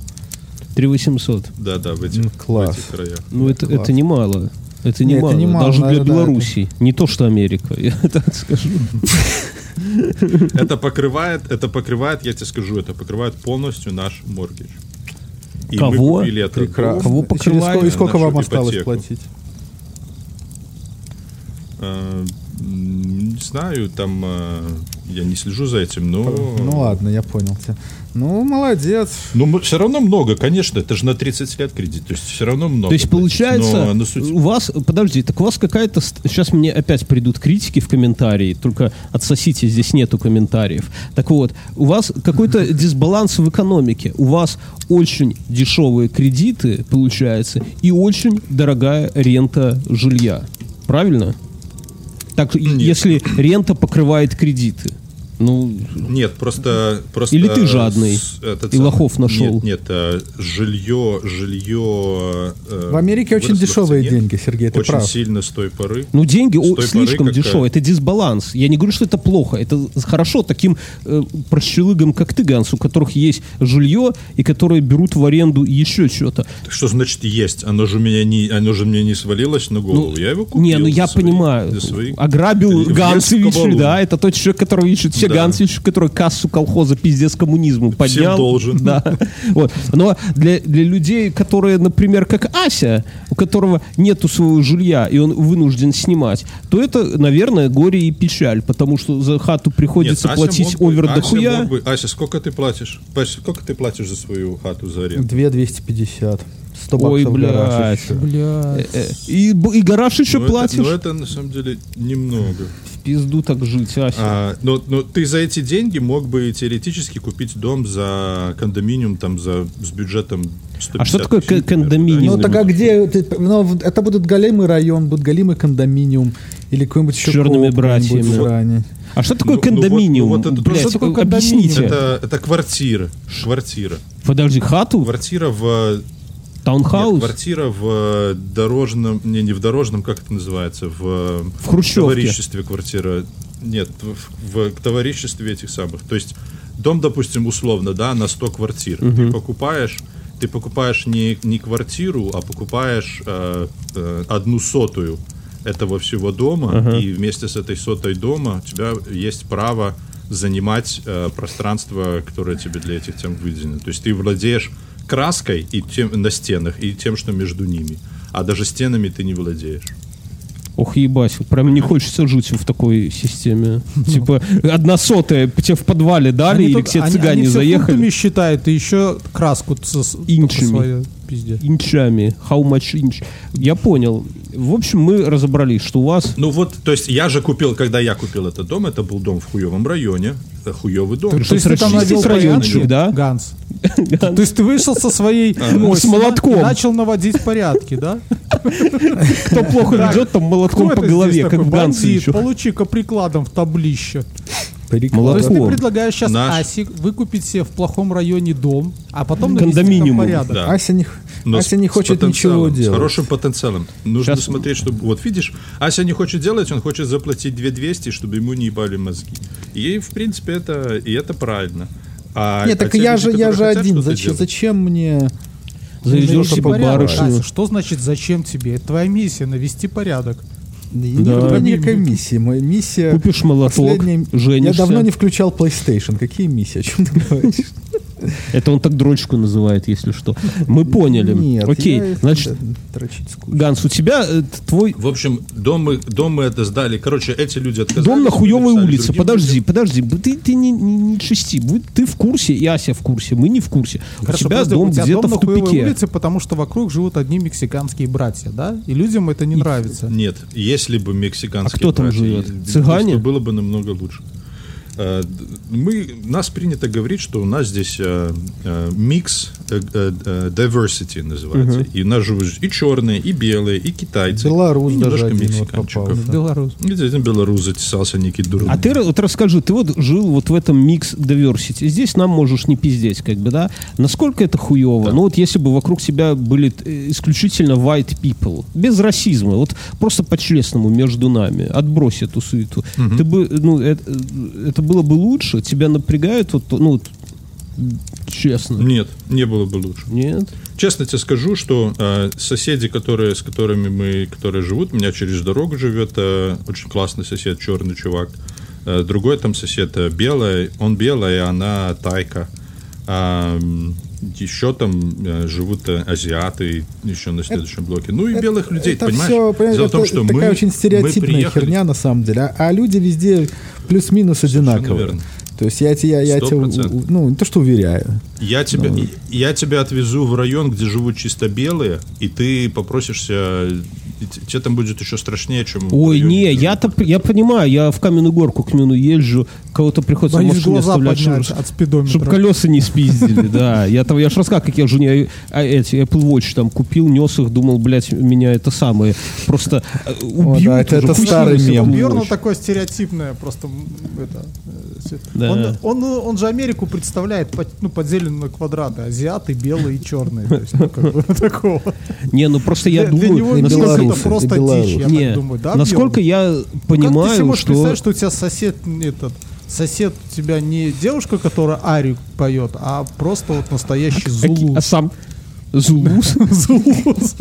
E: 3800.
A: Да, да, в этих,
B: М,
A: в
B: Класс.
A: этих краях.
E: Ну, это,
B: Класс.
E: это немало. Это
B: Не,
E: немало.
B: это немало,
E: Даже для
B: наверное, да, это-
E: Белоруссии. Не то, что Америка, я так скажу.
A: Это покрывает, это покрывает, я тебе скажу, это покрывает полностью наш моргидж. И
E: Кого?
A: мы купили это. дом,
F: Прекрасно.
E: Кого
F: И через
E: покрывает?
F: ско- И сколько
A: Нашу
F: вам осталось
A: ипотеку.
F: платить?
A: э, м, не знаю, там э, я не слежу за этим, но...
F: Ну ладно, я понял тебя. Ну, молодец.
A: Но все равно много, конечно, это же на 30 лет кредит, то есть все равно много.
E: То есть
A: платить. Но,
E: получается,
A: на суть-
E: у вас, подожди, так у вас какая-то, сейчас мне опять придут критики в комментарии, только отсосите, здесь нету комментариев. Так вот, у вас какой-то дисбаланс в экономике, у вас очень дешевые кредиты, получается, и очень дорогая рента жилья, правильно? Так, и- если рента покрывает кредиты, ну,
A: Нет, просто, просто...
E: Или ты жадный,
A: с- этот
E: и
A: самый-
E: лохов нашел.
A: Нет, нет, э, жилье, жилье... э,
F: В Америке очень
A: выросло в
F: дешевые
A: цене.
F: деньги, Сергей, ты
A: Очень
F: прав.
A: сильно с той поры.
E: Ну, деньги
A: С
E: о-
A: той
E: слишком
A: поры, как,
E: дешевые.
A: э,
E: Это дисбаланс. Я не говорю, что это плохо. Это хорошо таким э, прощелыгам, как ты, Ганс, у которых есть жилье и которые берут в аренду еще что-то.
A: Что значит есть? Оно же у меня не, оно же мне не свалилось на голову. я его купил.
E: Не, ну
A: за
E: я
A: свои-
E: понимаю. А
A: за свои-
E: Ограбил
A: Въезд в
E: Гансевич,
A: кабалу.
E: да, это тот человек, который ищет все
A: Да.
E: Гансевич, который кассу колхоза пиздец коммунизму поднял.
A: должен.
E: Да. Вот. Но для, для людей, которые, например, как Ася, у которого нету своего жилья, и он вынужден снимать, то это, наверное, горе и печаль, потому что за хату
A: Нет,
E: приходится
A: Ася мог
E: платить
A: бы-
E: овер
A: Ася
E: дохуя.
A: мог бы- Ася, сколько ты платишь? Ася, сколько ты платишь за свою хату за аренду?
F: 2250. 100
E: Ой,
F: баксов гараж
E: блядь.
F: еще.
E: Э, э, И, б- и гараж еще
A: Ну, это-
E: платишь.
A: ну, это на самом деле немного.
E: В пизду так жить, Ася.
A: А, но, но ты за эти деньги мог бы теоретически купить дом за кондоминиум там за с бюджетом 150
E: А что такое
A: тысяч,
E: кон- кондоминиум?
F: Ну,
E: не
F: так а
E: знаю.
F: где? ты- ну, в- это будет голимый район, будет голимый кондоминиум или какой-нибудь еще
E: Черными
F: клуб
E: братьями.
F: какой-нибудь в Иране.
E: А что такое
A: ну, ну вот- ну
E: кондоминиум?
A: вот это-
E: Блядь,
A: что
D: такое
E: э,
D: кондоминиум?
E: объясните.
A: Это, это квартира. Квартира.
E: Подожди, хату?
A: Квартира в...
E: Таунхаус?
A: Нет, квартира в э, дорожном... Не, не в дорожном, как это называется? В,
E: В Хрущевке.
A: товариществе квартира. Нет, в, в товариществе этих самых. То есть дом, допустим, условно, да, на 100 квартир. Ты покупаешь... Ты покупаешь не, не квартиру, а покупаешь э, э, одну сотую этого всего дома, и вместе с этой сотой дома у тебя есть право занимать э, пространство, которое тебе для этих тем выделено. То есть ты владеешь краской и тем, на стенах, и тем, что между ними. А даже стенами ты не владеешь.
E: Ох, ебать, вот прям не хочется жить в такой системе. Типа, одна сотая тебе в подвале дали,
D: Ну. Они
E: или
D: тут-
E: к тебе
D: они-
E: цыгане
D: они всё фунтами
E: заехали.
D: считают, и еще краску со- с- только
E: Инчами.
D: свою, пиздец.
E: Инчами. How much inch? Я понял. В общем, мы разобрались, что у вас...
A: Ну вот, то есть я же купил, когда я купил этот дом, это был дом в хуевом районе, это хуевый дом.
E: что,
D: есть ты там
E: расчистить
D: навел
E: райончик,
D: порядки,
E: да? А, ну,
D: Ганс. То есть ты вышел со своей
E: С молотком.
D: и начал наводить порядки, да?
E: Кто плохо ведет, там молотком по
D: Кто это здесь
E: голове, как
D: такой?
E: в Гансе
D: Бандит,
E: еще.
D: Получи-ка прикладом в таблище. То есть ты
E: Молотком.
D: предлагаешь сейчас
A: Наш-
D: Асе выкупить себе в плохом районе дом, а потом навести
E: Кондоминиум.
D: там порядок.
A: Да.
F: Ася не, х-
A: Но
F: Ася
A: с-
F: не
A: с
F: хочет
A: потенциалом,
F: ничего
A: С
F: делать.
A: хорошим потенциалом. Нужно
E: Щас-
A: смотреть, чтобы... Вот видишь, Ася не хочет делать, он хочет заплатить 2200, чтобы ему не ебали мозги. И, в принципе, это, и это правильно. А,
F: Нет,
A: а
F: так
A: те
F: я
A: люди,
F: же, я
A: которые
F: же
A: хотят
F: один.
A: что-то
F: Зачем,
A: делать,
F: зачем мне...
E: Заведешь
F: Навести
E: себе
F: порядок.
E: барышню.
D: Ася, что значит зачем тебе? Это твоя миссия навести порядок.
F: Да, и нет
E: Да.
F: у меня никакой миссии. Моя миссия...
E: Купишь молоток,
F: последняя- Я
E: женишься.
F: давно не включал PlayStation. Какие миссии? О чем ты говоришь?
E: Это он так дрочку называет, если что. Мы поняли.
F: Нет,
E: Окей,
F: я их-
E: значит,
F: да, дрочить скучно.
E: Ганс, у тебя э, твой
A: В общем, дом мы, дом мы это сдали. Короче, эти люди отказались.
E: Дом на хуевой
A: написали
E: улице.
A: другим
E: Подожди, подожди. б- Ты, ты не, не, не чести. Вы- Ты в курсе, и Ася в курсе. Мы не в курсе.
D: Хорошо,
E: у тебя
D: подожди,
E: дом
D: у тебя
E: где-то
D: дом на
E: в
D: хуевой
E: тупике.
D: улице, потому что вокруг живут одни мексиканские братья, да? И людям это не нравится.
A: людям. Нет, если бы мексиканские
E: А кто там
A: братья,
E: живет?
A: просто
E: Цыгане?
A: Было бы намного лучше. Э, д- Мы, нас принято говорить, что у нас здесь э, э, микс э, э, э, diversity называется. И у нас живут и черные, и белые, и китайцы.
F: Белорус
A: и
F: даже
A: немножко
F: один вот
A: мексиканчиков.
F: попался.
D: Белорус.
A: И здесь один белорус затесался, некий дурак.
E: А ты ра- вот расскажи, ты вот жил вот в этом микс diversity. Здесь нам можешь не пиздеть, как бы, да? Насколько это хуево? Ну вот если бы вокруг себя были э, исключительно white people, без расизма, вот просто по-честному между нами, отбрось эту суету. Ты бы, ну, э, э, это, было бы лучше? Тебя напрягает вот, то- ну, вот, честно?
A: Нет, не было бы лучше.
E: Нет?
A: Честно тебе скажу, что э, соседи, которые, с которыми мы, которые живут, у меня через дорогу живет э, очень классный сосед, черный чувак. Э, другой там сосед э, белый, он белая, а она тайка. Ам, Еще там э, живут э, азиаты еще на следующем блоке. Ну и белых людей,
F: это
A: понимаешь?
F: всё, понимаешь,
A: Дело в том,
F: это
A: что
F: такая
A: мы,
F: очень
A: мы
F: стереотипная
A: приехали-
F: херня на самом деле. А, а люди везде плюс-минус одинаковые.
A: верно.
F: То есть я, те- я, я
A: Сто
F: тебя, у-
A: процентов.
F: у- ну, не то что уверяю.
A: Я тебя,
F: Ну.
A: я тебя отвезу в район, где живут чисто белые, и ты попросишься... и т- Тебе там будет еще страшнее, чем... в
E: Ой,
A: районе,
E: не,
A: где
E: я-то п- я понимаю, я в каменную горку к Мину езжу, кого-то приходится в
D: Боюсь
E: машине
D: глаза
E: оставлять,
D: поднять
E: чтобы-
D: от спидометра.
E: чтобы колеса не спиздили, да. Я там, я ж рассказал, как я жене э, а, эти Apple Watch там купил, нес их, думал, блядь, меня это самое просто э, убьют.
F: да, это-
E: уже,
F: это
E: пусть
F: старый
E: носят
F: мем.
E: Apple
D: Верно,
E: Watch.
D: такое стереотипное, просто м, это. э, се-
E: Да.
D: Он, он, э, он же Америку представляет под, ну, поделенную на квадраты. Азиаты, белые и черные. То есть, ну, как бы, такого.
E: Не, ну просто я
D: Для- для него
E: думаю,
D: это
E: насколько...
F: белорусы,
D: просто
F: и белорусы.
D: дичь, я
E: Не,
D: так думаю. Да,
E: насколько
D: Георгий?
E: я
D: Как ты себе
E: понимаю,
D: можешь
E: что...
D: представить, что у тебя сосед этот сосед у тебя не девушка, которая арию поет, а просто вот настоящий
E: Какие-
D: зулу.
E: А сам Зулус? Зулус.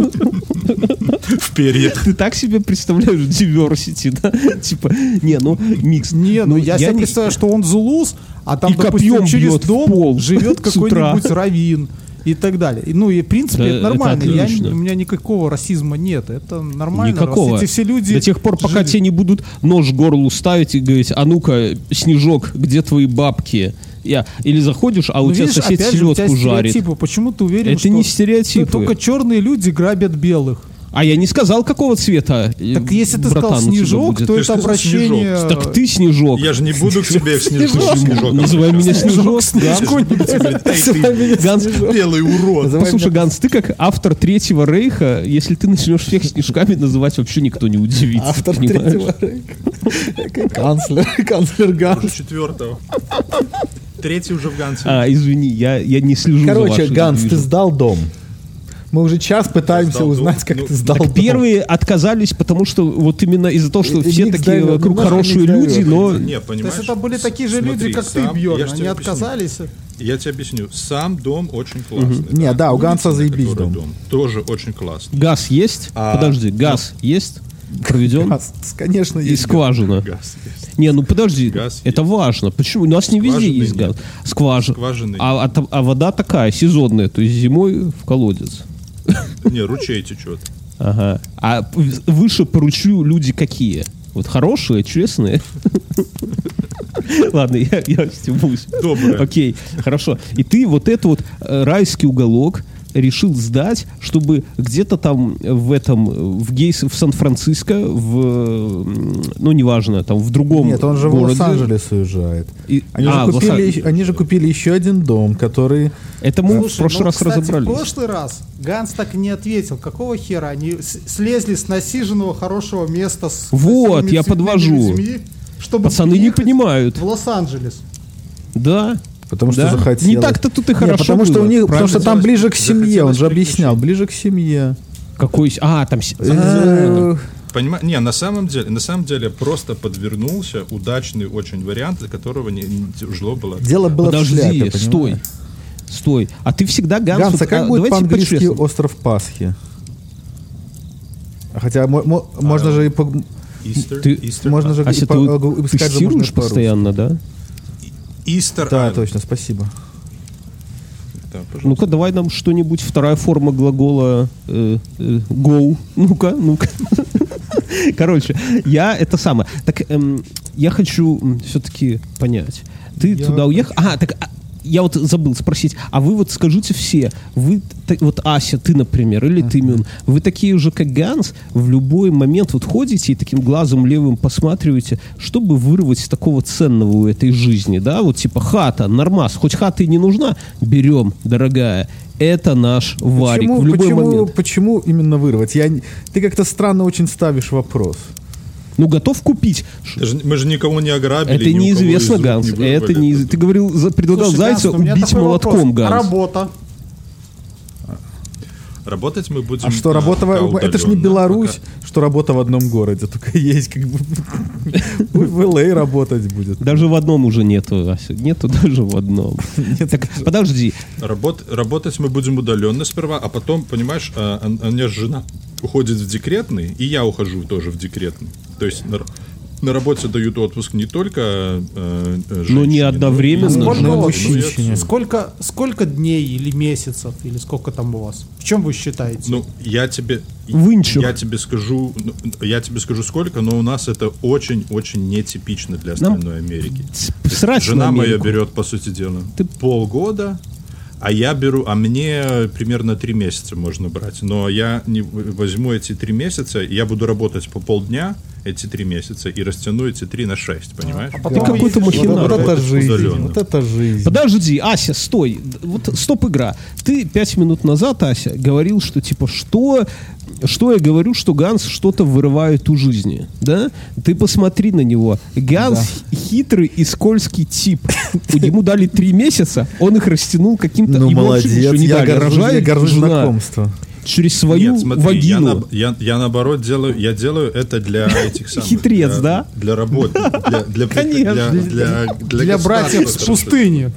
A: В перьях.
E: Ты так себе представляешь diversity, да? Типа, не, ну, микс.
D: Не, ну я, себе
E: не-
D: представляю, что он зулус, а там,
E: И
D: допустим,
E: копьем
D: через
E: бьет в
D: дом
E: пол
D: живет
E: с утра.
D: какой-нибудь равин и так далее. И, Ну и в принципе
E: Да,
D: это
E: это
D: нормально. Я не-
E: отлично.
D: у меня никакого расизма нет. Это нормально. раз
E: Никакого.
D: Эти все люди
E: До тех пор, пока
D: жили-
E: тебе не будут нож в горлу ставить и говорить, а ну-ка, Снежок, где твои бабки? Я... Или заходишь, а у
D: Ну,
E: тебя
D: видишь,
E: сосед
D: опять же, у тебя
E: селедку жарит.
D: стереотипы. Почему ты уверен,
E: Это
D: что
E: не стереотипы.
D: только черные люди грабят белых?
E: А я не сказал, какого цвета э,
D: Так если ты
E: братан
D: сказал
E: у тебя
D: снежок,
E: будет.
A: Ты
D: то это
A: же сказал
D: обращение...
E: Так ты Снежок.
A: Я же не буду к себе в
E: Почему?
A: снежок. снежок
E: Называй меня
A: обращаться.
E: Снежок. Ганс. Ганс,
A: Белый урод.
F: Называй
E: Послушай,
F: меня-
E: Ганс, ты как автор Третьего Рейха, если ты начнешь всех снежками называть, вообще никто не удивится.
F: Автор
E: понимаешь?
F: третьего рейка. Канцлер, канцлер Ганс.
A: Уже четвертого. Третий уже в Гансе.
E: А, извини, я, я не слежу ну, за
F: Короче,
E: вашим
F: Ганс, ты
E: движением.
F: сдал дом. Мы уже час пытаемся
A: Сдал дом.
F: узнать, как
A: Ну,
F: ты сдал дом.
E: Так первые отказались, потому что вот именно из-за того, что
F: И- и
E: все
F: Ник
E: такие
F: сдаёт,
E: вокруг
F: э, немножко
E: хорошие
F: Ник
E: люди,
F: сдаёт.
E: но...
A: Не,
D: То
A: понимаешь?
D: есть это были такие же
A: Смотри,
D: люди, как
A: сам-
D: ты,
A: я
D: Бьерн,
A: ж
D: они
A: тебе объясню.
D: отказались.
A: Я тебе объясню. Сам дом очень классный.
F: Не, да, у
A: Улица,
F: Ганса
A: на
F: заебись
A: которой
F: дом.
A: Тоже очень классный.
E: Газ есть?
A: А,
E: Подожди, газ есть? Проведен?
F: Ганс, Конечно,
E: И
F: ну, есть.
E: скважина.
A: Газ есть.
E: Не, ну подожди,
A: Газ
E: это важно. Почему? У нас не везде
A: Скважины
E: есть
A: нет.
E: газ. Скважина.
A: Скважины
E: А, а там- а вода такая, сезонная, то есть зимой в колодец.
A: Не, ручей течет.
E: Ага. А п- выше по ручью люди какие? Вот хорошие, честные? Ладно, я, я стебусь.
A: Добрые.
E: Окей, хорошо. И ты вот этот вот э, райский уголок решил сдать, чтобы где-то там в этом, э, в Гейс, в Сан-Франциско, в, м, ну, неважно, там, в другом
F: Нет, он же в
E: городе.
F: Лос-Анджелес уезжает.
E: И-
F: Они,
E: а,
F: же
E: в
F: купили,
E: Лос-Ан-
F: еще- они же купили еще один дом, который...
E: Это мы Э,
D: Слушай,
E: в прошлый
D: ну,
E: раз
D: кстати,
E: разобрались.
D: В прошлый раз Ганс так и не ответил. Какого хера они с- слезли с насиженного хорошего места с
E: Вот,
D: красивыми
E: я
D: цветными
E: подвожу.
D: людьми, чтобы
E: Пацаны не
D: приехать
E: понимают.
D: В Лос-Анджелес.
E: Да.
F: Потому что
E: Да?
F: захотел.
E: Не так-то тут и хорошо
F: Нет, потому что
E: было,
F: у них, потому
E: правильно
F: что там
A: делать?
F: ближе к семье, он
A: Захотелось
F: же объяснял, ближе к семье.
E: Какой... с- А, там... с- А,
F: Э,
A: Понимаешь? Не, на самом деле, на самом деле просто подвернулся удачный очень вариант, для которого не, не тяжело было.
F: Дело было в
E: Подожди,
F: шляпе,
E: стой.
F: понимаешь?
E: Стой. А ты всегда Ганс...
F: Ганс,
E: вот,
F: а как
E: а,
F: будет
E: давайте
F: по-английски
E: по-честному.
F: остров Пасхи? Хотя мо- мо- можно же и по...
A: Easter,
E: Ты-
A: Easter
F: Можно же
E: А
F: и
E: если
F: по-
E: ты
F: э, г- и
E: вот
F: сказать же можно
E: тестируешь
F: и по-русски.
E: постоянно, да?
A: Easter
F: Да,
A: Island.
F: точно, спасибо.
A: Да, пожалуйста.
E: Ну-ка, давай нам что-нибудь. Вторая форма глагола э, э, go. Ну-ка, ну-ка. Короче, я это самое. Так, эм, я хочу все-таки понять. Ты
F: Я
E: туда уехал? А, так... а, я вот забыл спросить, а вы вот скажите все, вы, та- вот Ася, ты, например, или ты, Мюн, вы такие же, как Ганс, в любой момент вот ходите и таким глазом левым посматриваете, чтобы вырвать такого ценного у этой жизни, да, вот типа хата, нормас, хоть хата и не нужна, берем, дорогая, это наш варик в любой
F: почему,
E: момент.
F: почему именно вырвать? Я, не- ты как-то странно очень ставишь вопрос.
E: Ну, готов купить. Ш-
A: Это же- мы же никого не ограбили.
E: Это
A: ни у кого
E: неизвестно,
A: из рук
E: Ганс.
A: не
E: это
A: вырвали.
E: не... Ты говорил, за- предлагал
D: Слушай, Ганс,
E: Зайца
D: у меня
E: убить
D: такой
E: молотком,
D: вопрос.
E: Ганс.
D: А работа?
A: Работать мы будем.
F: А что
A: э,
F: работа...
A: пока
F: в- это ж не
A: удаленно,
F: Беларусь, что работа в одном городе. Только есть как бы... В ЛА работать будет.
E: Даже в одном уже нету, Ася. Нету даже в одном. Так, подожди.
A: пока. Работ- работать мы будем удаленно сперва, а потом, понимаешь, э, он- у меня же жена уходит в декретный, и я ухожу тоже в декретный. То есть нар- на работе дают отпуск не только э, э,
E: Но не
A: женщине,
E: одновременно.
A: и Ну,
D: Сколько,
F: на
D: у вас-
F: мужчине.
D: сколько, сколько дней или месяцев, или сколько там у вас? В чем вы считаете?
A: Ну, я тебе...
E: Вынчур.
A: Я тебе скажу, ну, я тебе скажу сколько, но у нас это очень-очень нетипично для
E: Нам
A: остальной Америки.
E: С- Срать на
A: Жена моя
E: Америку.
A: берет, по сути дела,
E: Ты-
A: полгода, а я беру, а мне примерно три месяца можно брать. Но я не в- возьму эти три месяца, и я буду работать по полдня эти три месяца и растяну эти три на шесть, понимаешь?
D: потом
E: Это какой-то
D: уедешь.
E: махина-
F: Вот это
A: Работать
F: жизнь.
A: удаленно.
F: Вот это жизнь.
E: Подожди, Ася, стой. Д- Вот стоп игра. Ты пять минут назад, Ася, говорил, что типа что, что я говорю, что Ганс что-то вырывает у жизни, да? Ты посмотри на него. Ганс хитрый и скользкий тип. У Ему дали три месяца, он их растянул каким-то.
F: Ну,
E: ему вообще
F: молодец,
E: ничего не
F: я
E: дали.
F: горжусь, я
E: Рожает
F: горжусь
E: жена
F: знакомством.
E: через свою
A: Нет, смотри, я,
E: вагину.
A: на- я- я наоборот делаю, я делаю это для этих самых.
E: Хитрец,
A: для-
E: да?
A: Для работы, для, для, прик-
E: Конечно.
A: для, для, для
D: Для
A: государства,
D: братьев с
A: потому что-
D: пустыни.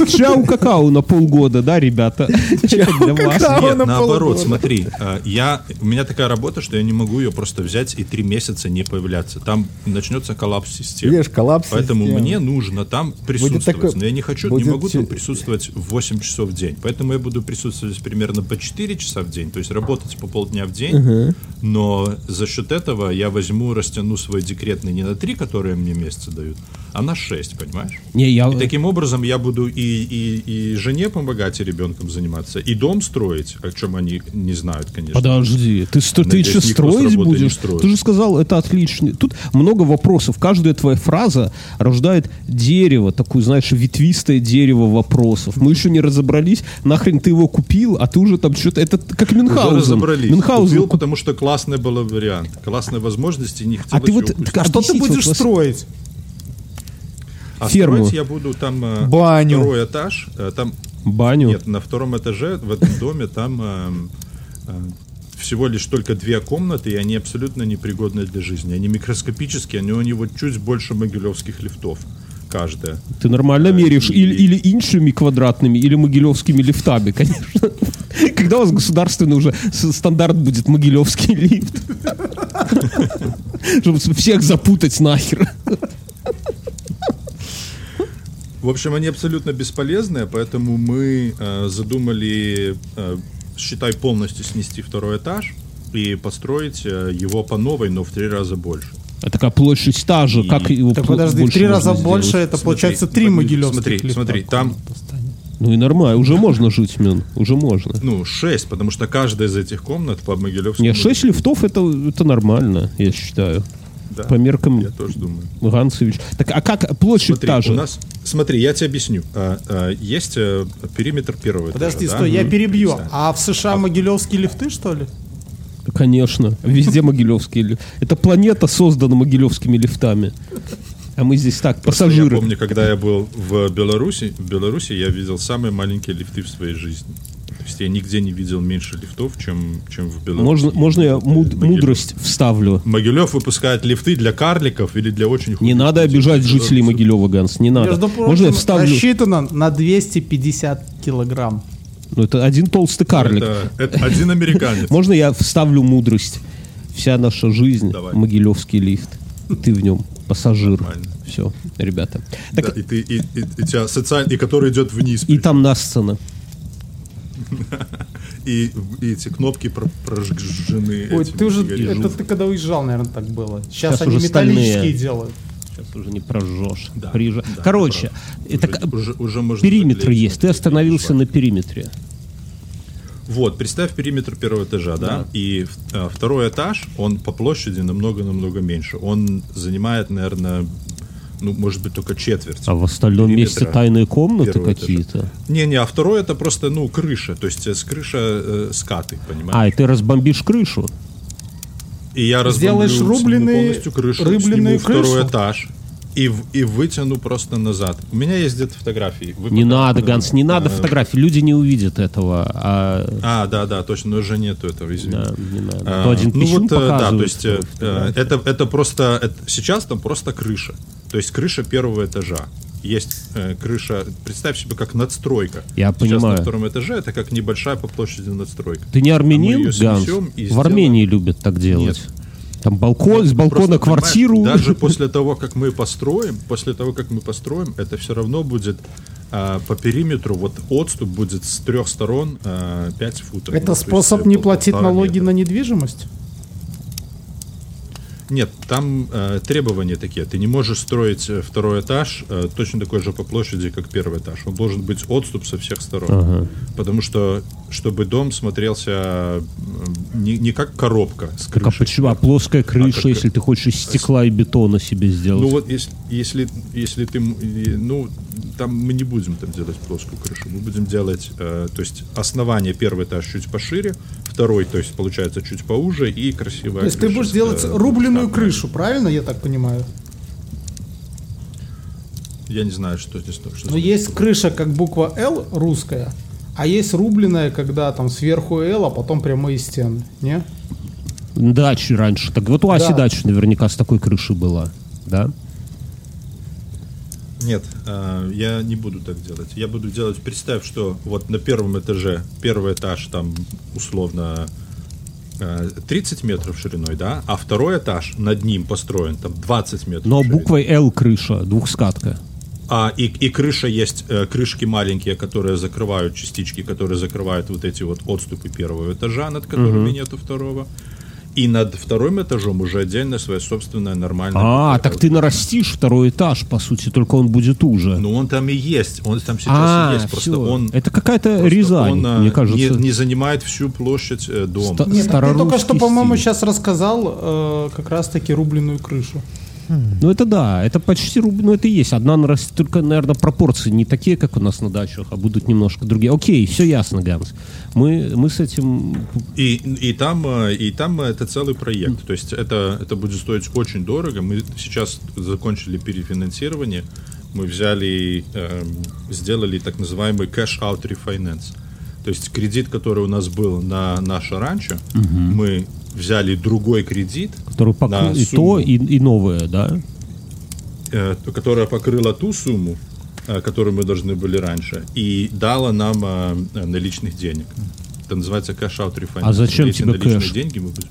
E: А Чау какао на полгода, да, ребята? Чау
A: Нет, наоборот, смотри, э, я, у меня такая работа, что я не могу ее просто взять и три месяца не появляться. Там начнется коллапс системы.
F: Видишь, коллапс
A: Поэтому
F: системы.
A: мне нужно там присутствовать.
F: такой-
A: Но я не хочу,
F: будет
A: не могу там
F: че-
A: присутствовать в 8 часов в день. Поэтому я буду присутствовать примерно по 4 часа в день, то есть работать по полдня в день. Но за счет этого я возьму, растяну свой декретный не на 3, которые мне месяцы дают, а на 6, понимаешь?
E: Не, я...
A: И таким образом я буду и, и, и жене помогать, и ребенком заниматься, и дом строить, о чем они не знают, конечно.
E: Подожди, ты, что, ты
A: Надеюсь,
E: еще
A: никто с
E: строить
A: работы не
E: будешь?
A: строит.
E: Ты же сказал, это отлично. Тут много вопросов. Каждая твоя фраза рождает дерево, такое, знаешь, ветвистое дерево вопросов. Мы еще не разобрались, нахрен ты его купил, а ты уже там что-то... Это как
A: Уже
E: Мюнхгаузен.
A: разобрались.
E: Мюнхгаузен
A: Купил,
E: куп-
A: потому что классный был вариант, классная возможность, и не хотелось
E: А ты
A: её
E: вот...
A: упустить.
E: так
D: А что ты
E: объясните
D: будешь
E: вот вас-
D: строить?
A: А
E: ферму?
A: строить я буду там э,
F: Баню.
A: второй этаж, э, там
E: Баню.
A: нет, на втором этаже в этом доме там э, э, всего лишь только две комнаты, и они абсолютно непригодны для жизни. Они микроскопические, они у него чуть больше могилевских лифтов каждая.
E: Ты нормально
A: Э,
E: меряешь
A: и-
E: или, или иншими квадратными, или могилевскими лифтами, конечно. Когда у вас государственный уже с- стандарт будет могилевский лифт? Чтобы всех запутать нахер.
A: В общем, они абсолютно бесполезные, поэтому мы э, задумали, э, считай, полностью снести второй этаж и построить э, его по новой, но в три раза больше.
E: А такая площадь та же, как его
D: Так
E: пл-
D: подожди, в
E: больше
D: три
E: можно
D: раза
E: сделать?
D: больше, это
A: Смотри,
D: получается
A: ну,
D: три
A: подожди,
D: могилевских
A: смотри,
D: лифта.
A: смотри, там-
E: Ну и нормально, уже можно жить, Мюн, уже можно.
A: Ну, шесть, потому что каждая из этих комнат по Могилевскому...
E: Не, 6 лифтов это, это нормально, я считаю.
A: Да,
E: по меркам-
A: Я тоже думаю.
E: Гансович. Так, а как площадь
A: Смотри,
E: та же?
A: у нас... Смотри, я тебе объясню. А, а, есть э, периметр первого
D: Подожди,
A: этажа, да?
D: стой, я
E: ну,
A: Мгм.
D: перебью.
A: Не знаю.
D: А в США могилевские лифты, что ли?
E: Конечно, везде могилевские лифты. Эта планета создана могилевскими лифтами. А мы здесь так,
A: Просто
E: пассажиры.
A: Я помню, когда я был в Беларуси, в Беларуси я видел самые маленькие лифты в своей жизни. То есть я нигде не видел меньше лифтов, чем, чем в Беларуси.
E: Можно, можно я муд-
A: Могилев.
E: мудрость вставлю?
A: Могилев выпускает лифты для карликов или для очень
E: Не
A: худых
E: надо
A: людей. Э,
E: обижать
A: Беларусь-
E: жителей Могилева, Ганс, не надо.
D: Между
E: Ну, Можно я
D: прочим,
E: вставлю?
D: рассчитано на 250 килограмм.
E: Ну, это один толстый карлик.
A: Это, это один американец.
E: Можно я вставлю мудрость? Вся наша жизнь
A: Давай.
E: Могилевский лифт. И ты в нем пассажир.
A: Нормально.
E: Все, ребята.
A: Да,
E: Так,
A: и, ты, и, и- и тебя социаль- и который идет вниз.
E: и там на сцена.
A: И, и эти кнопки про- прожжены.
D: Ой,
A: этими
D: ты уже...
A: горизонтами.
D: Это ты когда уезжал, наверное, так было. Сейчас,
E: Сейчас
D: они
E: уже стальные.
D: металлические делают.
E: Сейчас уже не прожжешь.
A: Да,
E: Приезжай.
A: да, ты
E: Короче,
A: прав.
E: это
A: Уже-
E: к-
A: уже- уже можно
E: периметр
A: заклеить.
E: есть. Ты остановился на периметре.
A: Вот, представь периметр первого этажа, да, и э, второй этаж, он по площади намного-намного меньше. Он занимает, наверное, ну, может быть, только четверть.
E: А в остальном
A: периметра
E: месте тайные комнаты
A: первого этажа.
E: какие-то.
A: Не-не, а второй это просто, ну, крыша, то есть э, с крыша э, скаты, понимаешь?
E: А, и ты разбомбишь крышу. А
A: И я разбомблю
D: Сделаешь
A: всему
D: рубленые-
A: полностью крышу, сниму
D: рыбленную
A: второй
D: крышу?
A: этаж и, в- и вытяну просто назад. У меня есть где-то фотографии. Вы
E: Не
A: потом,
E: надо,
A: э,
E: Ганс, не надо
A: э,
E: фотографий. Люди не увидят этого. А...
A: А, да, да, точно, но же нету этого, извини.
E: Да, не надо.
A: А,
E: То один
A: ну
E: писюн
A: вот, э, да, то
E: показывает
A: есть э, э, это, это просто это- сейчас там просто крыша, то есть крыша первого этажа. Есть э, крыша, представь себе как надстройка.
E: Я
A: сейчас
E: понимаю.
A: на втором этаже это как небольшая по площади надстройка.
E: Ты не
A: А мы
E: армянин,
A: её
E: Ганс?
A: снесём и
E: В Армении любят так делать.
A: Нет. ну
E: Там балкон, с балкона
A: Просто, понимаешь,
E: квартиру.
A: Даже после того, как мы построим, после того, как мы построим, это все равно будет а, по периметру, вот отступ будет с трех сторон а, 5 футов. Ну, то
D: Это
A: есть,
D: способ не
A: пол-
D: платить
A: полтора
D: налоги
A: метра.
D: на недвижимость?
A: Нет, там э, требования такие. Ты не можешь строить э, второй этаж э, точно такой же по площади, как первый этаж. Он должен быть отступ со всех сторон. Потому что, чтобы дом смотрелся э, не, не как коробка с
E: Так а
A: крышей.
E: почему? А плоская крыша,
A: как-
E: если ты хочешь из стекла и бетона себе сделать.
A: Ну вот если, если, если ты... м- и, Ну, там мы не будем там делать плоскую крышу. Мы будем делать... э, то есть основание первый этаж чуть пошире, второй, то есть получается чуть поуже и красивая
D: То есть ты
A: крыша
D: будешь
A: с,
D: делать
A: э,
D: рубленую
A: двухскатной.
D: крышу, правильно, я так понимаю?
A: Я не знаю, что здесь точно.
D: Но есть крыша как буква Л русская, а есть рубленая, когда там сверху Л, а потом прямые стены, не?
E: Дачи раньше. Так вот у Аси
D: Да.
E: дача наверняка с такой крышей была. Да?
A: Нет, э, я не буду так делать. Я буду делать, представь, что вот на первом этаже, первый этаж там условно э, 30 метров шириной, да, а второй этаж над ним построен там 20 метров.
E: Но
A: шириной.
E: буквой Л крыша, двухскатка.
A: А, и, и крыша есть, э, крышки маленькие, которые закрывают частички, которые закрывают вот эти вот отступы первого этажа, над которыми нету второго. И над вторым этажом уже отдельно своя собственная нормальная...
E: А,
A: буква
E: так
A: «Л».
E: ты нарастишь второй этаж, по сути, только он будет уже.
A: Ну, он там и есть, он там сейчас
E: а,
A: и есть, просто
E: всё.
A: он...
E: Это какая-то
A: Просто
E: Рязань,
A: он, а,
E: мне кажется.
A: Не, не занимает всю площадь э, дома.
E: Ста-
D: Нет, ты только
E: Старорусский
D: что, по-моему,
E: стиль.
D: сейчас рассказал э, как раз-таки рубленую крышу.
E: Ну это да, это почти рубль, ну это и есть. Одна нарастет, только, наверное, пропорции не такие, как у нас на дачах, а будут немножко другие. Окей, все ясно, Ганс. Мы, мы с этим...
A: И, и, там, э, и там это целый проект. То есть это, это будет стоить очень дорого. Мы сейчас закончили перефинансирование. Мы взяли, эм, сделали так называемый cash-out refinance. То есть кредит, который у нас был на наше ранчо, мы взяли другой кредит,
E: Который
A: на
E: покры- и
A: сумму.
E: то, и, и новое, да?
A: э, которая покрыла ту сумму, э, которую мы должны были раньше, и дала нам э, э, наличных денег. Это называется cash-out refinance.
E: А зачем
A: Эти
E: тебе
A: наличные
E: кэш?
A: деньги мы будем...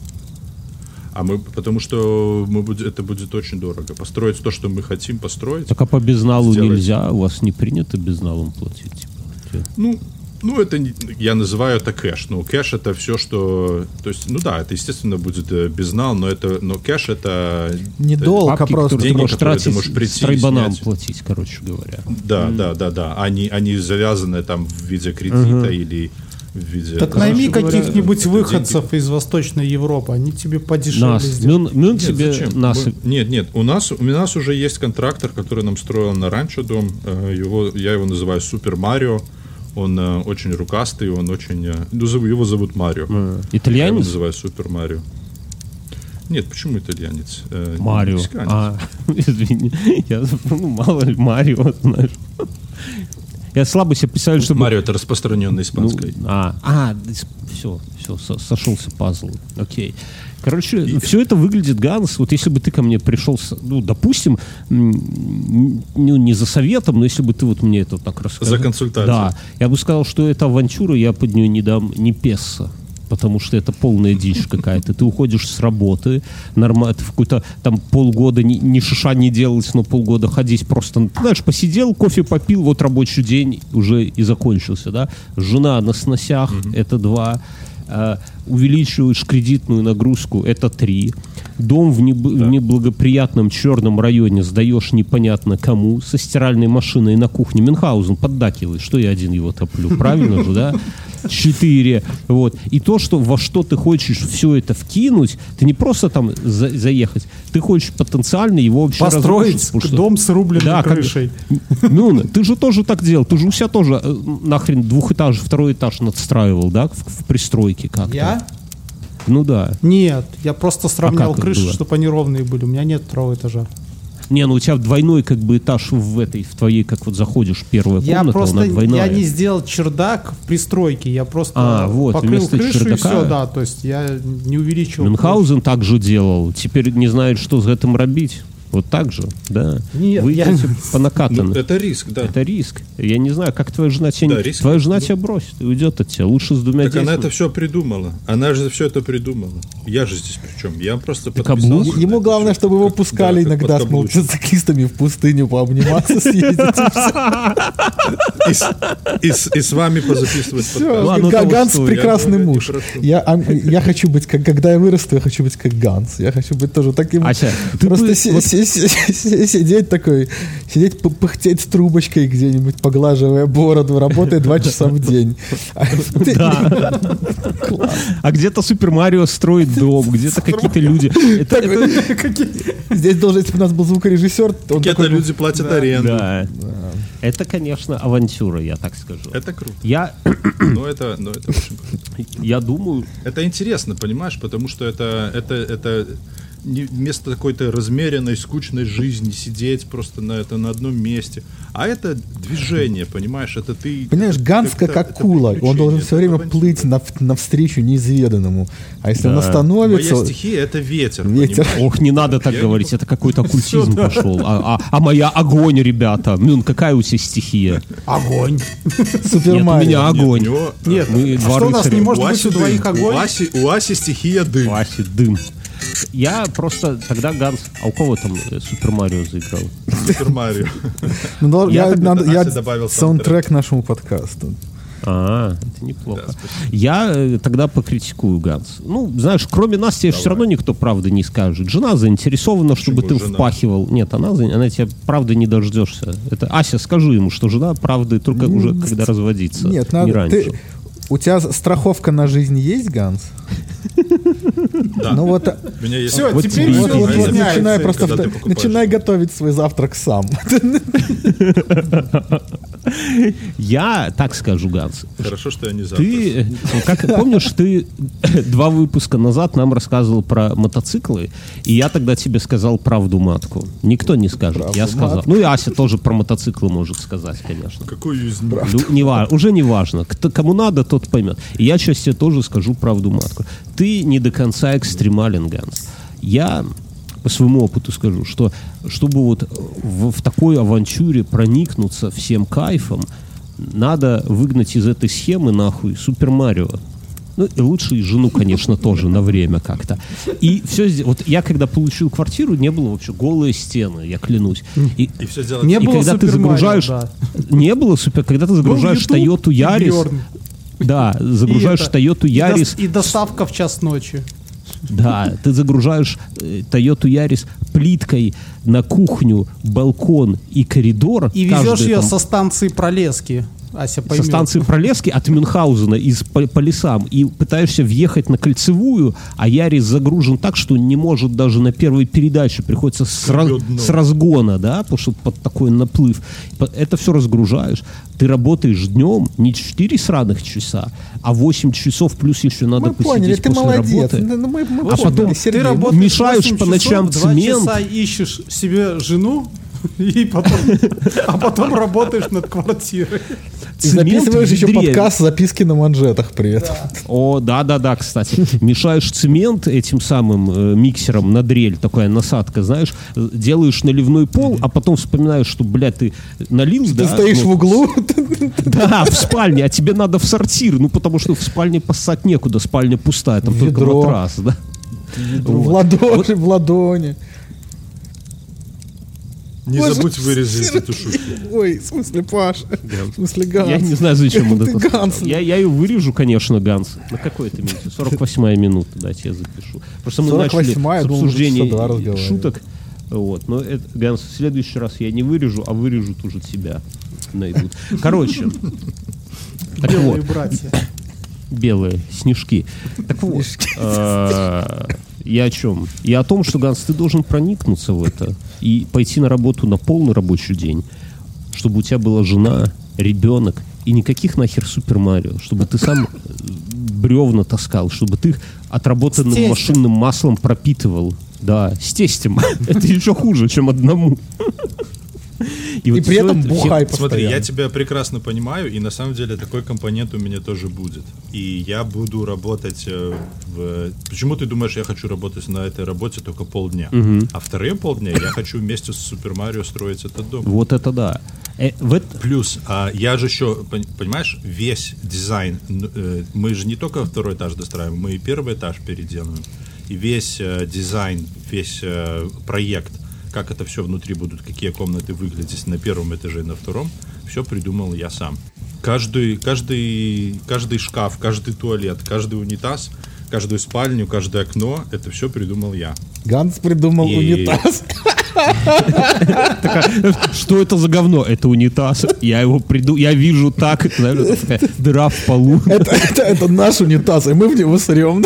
A: А мы, потому что мы будем, это будет очень дорого. Построить то, что мы хотим построить,
E: Так а по безналу
A: Сделать.
E: нельзя, у вас не принято безналом платить. типа.
A: ну, ну это не- я называю это кэш. Ну, кэш это все, что, то есть, ну да, это естественно будет э, безнал, но это, но кэш это
F: Не
A: это-
F: долг, а
E: Бабки,
F: просто...
E: типа, которые ты
A: деньги,
E: можешь
A: которые ты
E: тратить,
A: можешь прийти и
E: стройбанам
A: снять.
E: платить, короче говоря.
A: Да, да, да, да. Они, они завязаны там в виде кредита или в виде...
D: Так
A: Да,
D: найми
A: короче говоря,
D: каких-нибудь
A: это
D: выходцев из Восточной Европы, они тебе подешевле
E: Нас,
D: сделают.
E: Мюн, Мюн
A: деньги. Нет,
E: тебе
A: зачем?
E: нас...
A: Мы- Нет, нет, у нас, у нас уже есть контрактор, который нам строил на ранчо дом. Э, Его, я его называю Супер Марио. Он э, очень рукастый, он очень... э, ну, зову- его зовут Марио. Я его
E: Э, Итальянец?
A: называю Супер Марио. Нет, почему итальянец? Э,
E: Марио.
A: мексиканец.
E: А, извини. Я, ну, мало ли, Марио, знаешь. Я слабо себе представляю, чтобы...
A: Марио это распространенный
E: Ну,
A: испанской.
E: а, а, все, все, сошелся пазл. Окей. Короче, все это выглядит, Ганс, вот если бы ты ко мне пришел, с- ну, допустим, м, м, ну, не за советом, но если бы ты вот мне это вот так рассказал.
A: За консультацию.
E: Да. Я бы сказал, что это авантюра, я под нее не дам ни песо. Потому что это полная дичь какая-то. Ты уходишь с работы, нормально, в какой-то там полгода ни, ни шиша не делать, но полгода ходить просто, ну, знаешь, посидел, кофе попил, вот рабочий день уже и закончился, да. Жена на сносях, это два. Э, увеличиваешь кредитную нагрузку, это три. Дом в, неб- в неблагоприятном черном районе сдаешь непонятно кому, со стиральной машиной на кухне. Мюнхгаузен поддакивает, что я один его топлю, правильно же, да? Четыре. Вот. И то, что во что ты хочешь все это вкинуть, ты не просто там за- заехать, ты хочешь потенциально его вообще
D: Построить
E: разрушить, потому что-
D: дом с рубленной
E: Да, как-
D: крышей.
E: Мюн, Ну, ты же тоже так делал, ты же у себя тоже э, нахрен двухэтаж, второй этаж надстраивал, да, в, в пристройке как-то.
D: Я?
E: Ну да.
D: Нет, я просто сравнял
E: А как это
D: крыши,
E: было?
D: чтобы они ровные были. У меня нет второго этажа.
E: Не, ну у тебя двойной как бы этаж в этой, в твоей, как вот заходишь, первая
D: Я
E: комната,
D: просто
E: она двойная.
D: я не сделал чердак в пристройке, я просто
E: А, вот,
D: покрыл
E: вместо
D: крышу и
E: чердака.
D: все, да, то есть я не увеличивал.
E: Мюнхгаузен так же делал, теперь не знает, что с этим робить. Вот так же, да.
D: Нет,
E: Вы
D: я-
E: идете по
A: Ну,
E: накатанной.
A: это риск, да.
E: Это риск. Я не знаю, как твоя жена тебя...
A: Да,
E: не-
A: риск.
E: Твоя жена тебя бросит и уйдет от тебя. Лучше с двумя
A: Так она
E: детьми.
A: это все придумала. Она же все это придумала. Я же здесь при чем? Я просто
E: Так
A: подписался
E: облуд.
A: на
F: Ему
A: это
F: главное,
A: всё.
F: чтобы его
A: Как- да,
F: пускали
A: как
F: иногда с
A: подкаблучник.
F: мотоциклистами в пустыню пообниматься, съездить. и всё.
A: И с- И с- и с вами позаписывать
F: Всё,
A: подкаст.
E: Ладно,
F: Га-
E: того
F: Ганс
E: стоит.
F: прекрасный
A: Я более не
F: муж.
A: прошу.
F: Я, а, я хочу быть, как, когда я вырасту, я хочу быть как Ганс. Я хочу быть тоже таким.
E: Ася, А ты
F: Просто
E: бы
F: си-
E: вот-
F: си- си- си- сидеть такой, сидеть п- пыхтеть с трубочкой где-нибудь, поглаживая бороду, работая два часа в день. А ты-
E: Да. А где-то Супер Марио строит дом, где-то какие-то люди. Это- это-
F: Здесь должен, если бы у нас был звукорежиссер, он
A: Какие-то
F: такой... бы,
A: люди платят аренду.
E: Да. Это, конечно, авантюра, я так скажу.
A: Это круто.
E: Я,
A: Но это, но это очень круто.
E: я думаю,
A: Это интересно, понимаешь, потому что это, это, это не- вместо какой-то размеренной, скучной жизни сидеть просто на, это, на одном месте. А это движение, понимаешь, это ты...
F: Понимаешь,
A: это
F: Ганс как
A: это
F: акула, он должен
A: приключение,
F: все время
A: это авантюра.
F: плыть нав- навстречу неизведанному. А если он
E: Да.
F: остановится...
A: Моя стихия — это ветер,
F: Ветер.
A: понимаешь?
E: ох, не надо так
A: Я
E: говорить, это какой-то оккультизм пошел. А, а- а моя огонь, ребята. Мюн, какая у тебя стихия?
D: Огонь.
E: Нет,
F: Супер
E: у
F: Марио.
E: меня
A: Нет, у
E: огонь.
A: него, э,
D: Нет,
E: Мы
D: а
E: два
D: что у нас
E: рыцаря.
D: не может
A: у
D: быть
A: Аси
D: у
A: дым.
D: двоих огонь?
A: У Аси, у Аси стихия дым.
E: Вася, дым. Я просто тогда Ганс, а у кого там э, Супер Марио заиграл?
A: Супер Марио.
F: Ну, да,
E: Я
F: Я,
E: так-
F: надо-
A: Ася
F: я
A: добавил
F: саундтрек нашему подкасту.
E: А, это неплохо. Я э, тогда покритикую Ганс. Ну, знаешь, кроме нас тебе все равно никто правды не скажет. Жена заинтересована, чтобы
A: Почему
E: ты
A: жена?
E: впахивал. Нет, она, за- она тебе правды не дождешься. Это Ася, скажи ему, что жена правды только уже когда разводится.
F: Ну, Нет,
E: не
F: надо...
E: раньше.
F: ты- у тебя страховка на жизнь есть, Ганс?
A: Да.
F: Ну вот
A: У меня есть...
D: Всё,
A: Вот
D: теперь
A: тебе
D: всё
A: и
F: Вот, вот, вот,
A: дизайн.
F: начинай
D: объясняется,
F: просто
A: когда
F: вта-
A: ты покупаешь.
F: начинай готовить свой завтрак сам.
E: Я так скажу, Ганс.
A: Хорошо, что я не завтра.
E: Ты, э, как помнишь, ты два выпуска назад нам рассказывал про мотоциклы, и я тогда тебе сказал правду матку. Никто не скажет, я сказал. Ну и Ася тоже про мотоциклы может сказать, конечно.
A: Какую из них?
E: Ну, не ва- уже не важно. Кто, кому надо, тот поймет. И я сейчас тебе тоже скажу правду матку. Ты не до конца экстремален, Ганс. Я по своему опыту скажу, что чтобы вот э, в, в такой авантюре проникнуться всем кайфом, надо выгнать из этой схемы нахуй Супер Марио. Ну, и лучше и жену, конечно, тоже на время как-то. И все здесь... Вот я, когда получил квартиру, не было вообще голые стены, я клянусь. И,
A: И все делать...
D: Не
E: и
D: было
E: когда ты
D: Super Mario,
E: загружаешь...
D: да.
E: Не было супер... Когда ты загружаешь
D: Был YouTube
E: Toyota
D: и
E: Yaris...
D: Bjorn.
E: Да, загружаешь
D: И это-
E: Toyota
D: и дос-
E: Yaris...
D: И доставка в час ночи.
E: Да, ты загружаешь э, Toyota Yaris плиткой на кухню, балкон и коридор.
D: И везешь
E: каждый
D: ее
E: там
D: со станции Пролески. Ася поймет.
E: со станции Пролески от Мюнхгаузена из, по, по лесам и пытаешься въехать на кольцевую, а Ярис загружен так, что не может даже на первой передаче, приходится с, раз-
A: Гребет дно.
E: с разгона, да, потому что под такой наплыв. П- Это все разгружаешь. Ты работаешь днем не 4 сраных часа, а 8 часов плюс еще надо
F: Мы
E: посидеть
F: поняли, ты
E: после
F: молодец.
E: работы.
F: Ну, мы- мы
E: а
F: поняли,
E: потом
F: Сергей.
D: Ты
F: Ну,
D: работаешь
E: мешаешь
D: 8
E: по
D: часов,
E: ночам
D: два
E: цемент.
D: часа ищешь себе жену, и потом, а потом работаешь над квартирой.
F: И
E: Цемент
F: записываешь
E: в
F: еще
E: ведре.
F: подкаст «Записки на манжетах» при этом.
E: О, да-да-да, кстати. Мешаешь цемент этим самым э, миксером на дрель, такая насадка, знаешь, э, делаешь наливной пол, а потом вспоминаешь, что, блядь, ты налил, да?
F: Ты стоишь
E: ну,
F: в углу,
E: Да, в спальне, а тебе надо в сортир, ну, потому что в спальне поссать некуда, спальня пустая, там только
F: Ведро.
E: матрас, да?
F: в ладони, в ладони.
A: Не
F: Боже,
A: забудь вырезать эту шутку.
F: Ой, в смысле, Паш? В смысле,
E: Я не
F: Ганс?
E: знаю, зачем он
F: Ты
E: это сказал.
F: Ганс.
E: Я, я ее вырежу, конечно, Ганс. На какой это минуте? 48 минута, дайте я запишу. Просто мы
F: 48-я,
E: начали с
F: я думал, уже часа два
E: обсуждения
F: разговаривали.
E: шуток. Вот, но это, Ганс, в следующий раз я не вырежу, а вырежут уже тебя. Найдут. Короче. Так
D: Белые
E: вот,
D: братья.
E: белые снежки. Так вот, э, я о чем? Я о том, что, Ганс, ты должен проникнуться в это и пойти на работу на полный рабочий день, чтобы у тебя была жена, ребенок и никаких нахер Супер Марио, чтобы ты сам э, бревна таскал, чтобы ты их отработанным
D: С тестем.
E: машинным маслом пропитывал. Да, с тестем. Это еще хуже, чем одному. И, вот
F: при
E: всё
F: этом
E: это- все-
F: бухай
A: Смотри, я
F: постоянно.
A: тебя прекрасно понимаю, и на самом деле такой компонент у меня тоже будет. И я буду работать э, в... Почему ты думаешь, я хочу работать на этой работе только полдня? А вторые полдня я хочу вместе с Супер Марио строить этот дом.
E: Вот это да. Э, в это-
A: Плюс, а, я же еще, пон- понимаешь, весь дизайн, н- э, мы же не только второй этаж достраиваем, мы и первый этаж переделываем. И весь э, дизайн, весь э, проект, как это все внутри будут, какие комнаты выглядят на первом этаже и на втором, все придумал я сам. Каждый, каждый, каждый шкаф, каждый туалет, каждый унитаз, каждую спальню, каждое окно, это все придумал я.
F: Ганс придумал
A: И-
F: унитаз.
E: Что это за говно? Это унитаз. Я его приду, я вижу так, знаешь, вот такая дыра в полу.
F: Это, это- это наш унитаз, и мы в него срем.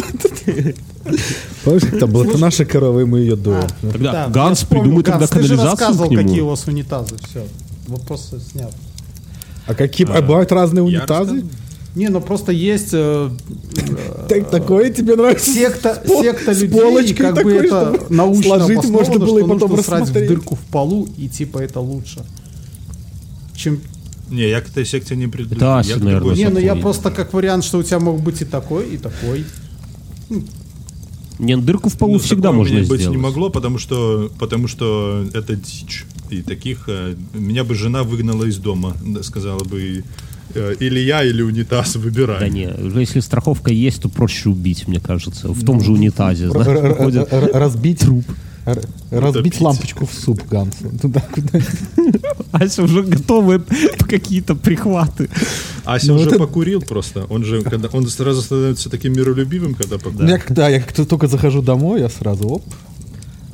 F: Помнишь, как там было? Это наша корова, и мы ее дуем.
E: Тогда
D: Да,
E: Ганс
D: я вспомнил,
E: придумает
D: Ганс,
E: тогда
D: Ты же
E: канализацию
D: рассказывал,
E: к нему.
D: какие у вас унитазы. Все, вопрос снят.
F: А какие а бывают разные
A: я
F: унитазы?
A: рассказывал.
D: Не, ну просто есть э,
F: Так- Такое тебе нравится?
D: секта,
F: С пол-
D: секта
F: с
D: людей, и как бы
F: такой,
D: это
F: чтобы
D: научно
F: сложить
D: обосновано,
F: можно было и
D: что
F: потом
D: нужно срать в
F: рассмотреть.
D: дырку в полу, и типа это лучше. Чем...
A: Не, я к этой секте не приду.
E: Это
A: Я к
E: Ася,
A: другой
E: наверное,
A: секте.
D: Не, ну я
E: охуенно.
D: просто как вариант, что у тебя мог быть и такой, и такой.
E: Не, ну, дырку в полу
A: Ну,
E: всегда
A: такого у
E: можно
A: меня
E: сделать.
A: быть не могло, потому что, потому что это дичь. И таких... э, меня бы жена выгнала из дома, да, сказала бы... э, или я, или унитаз, выбирай.
E: Да не, уже если страховка есть, то проще убить, мне кажется. В том же унитазе,
F: Р-
E: знаешь,
F: р-
E: выходит.
F: р- р- Разбить труп. Разбить
A: Утопить.
F: лампочку в суп Ну, Гансу. Туда, куда-
E: Ася А уже готовы какие-то прихваты.
A: Ася
F: Ну,
A: уже
F: это-
A: покурил просто. Он же когда, он сразу становится таким миролюбивым, когда покурил.
F: Я когда я как-то только захожу домой, я сразу оп.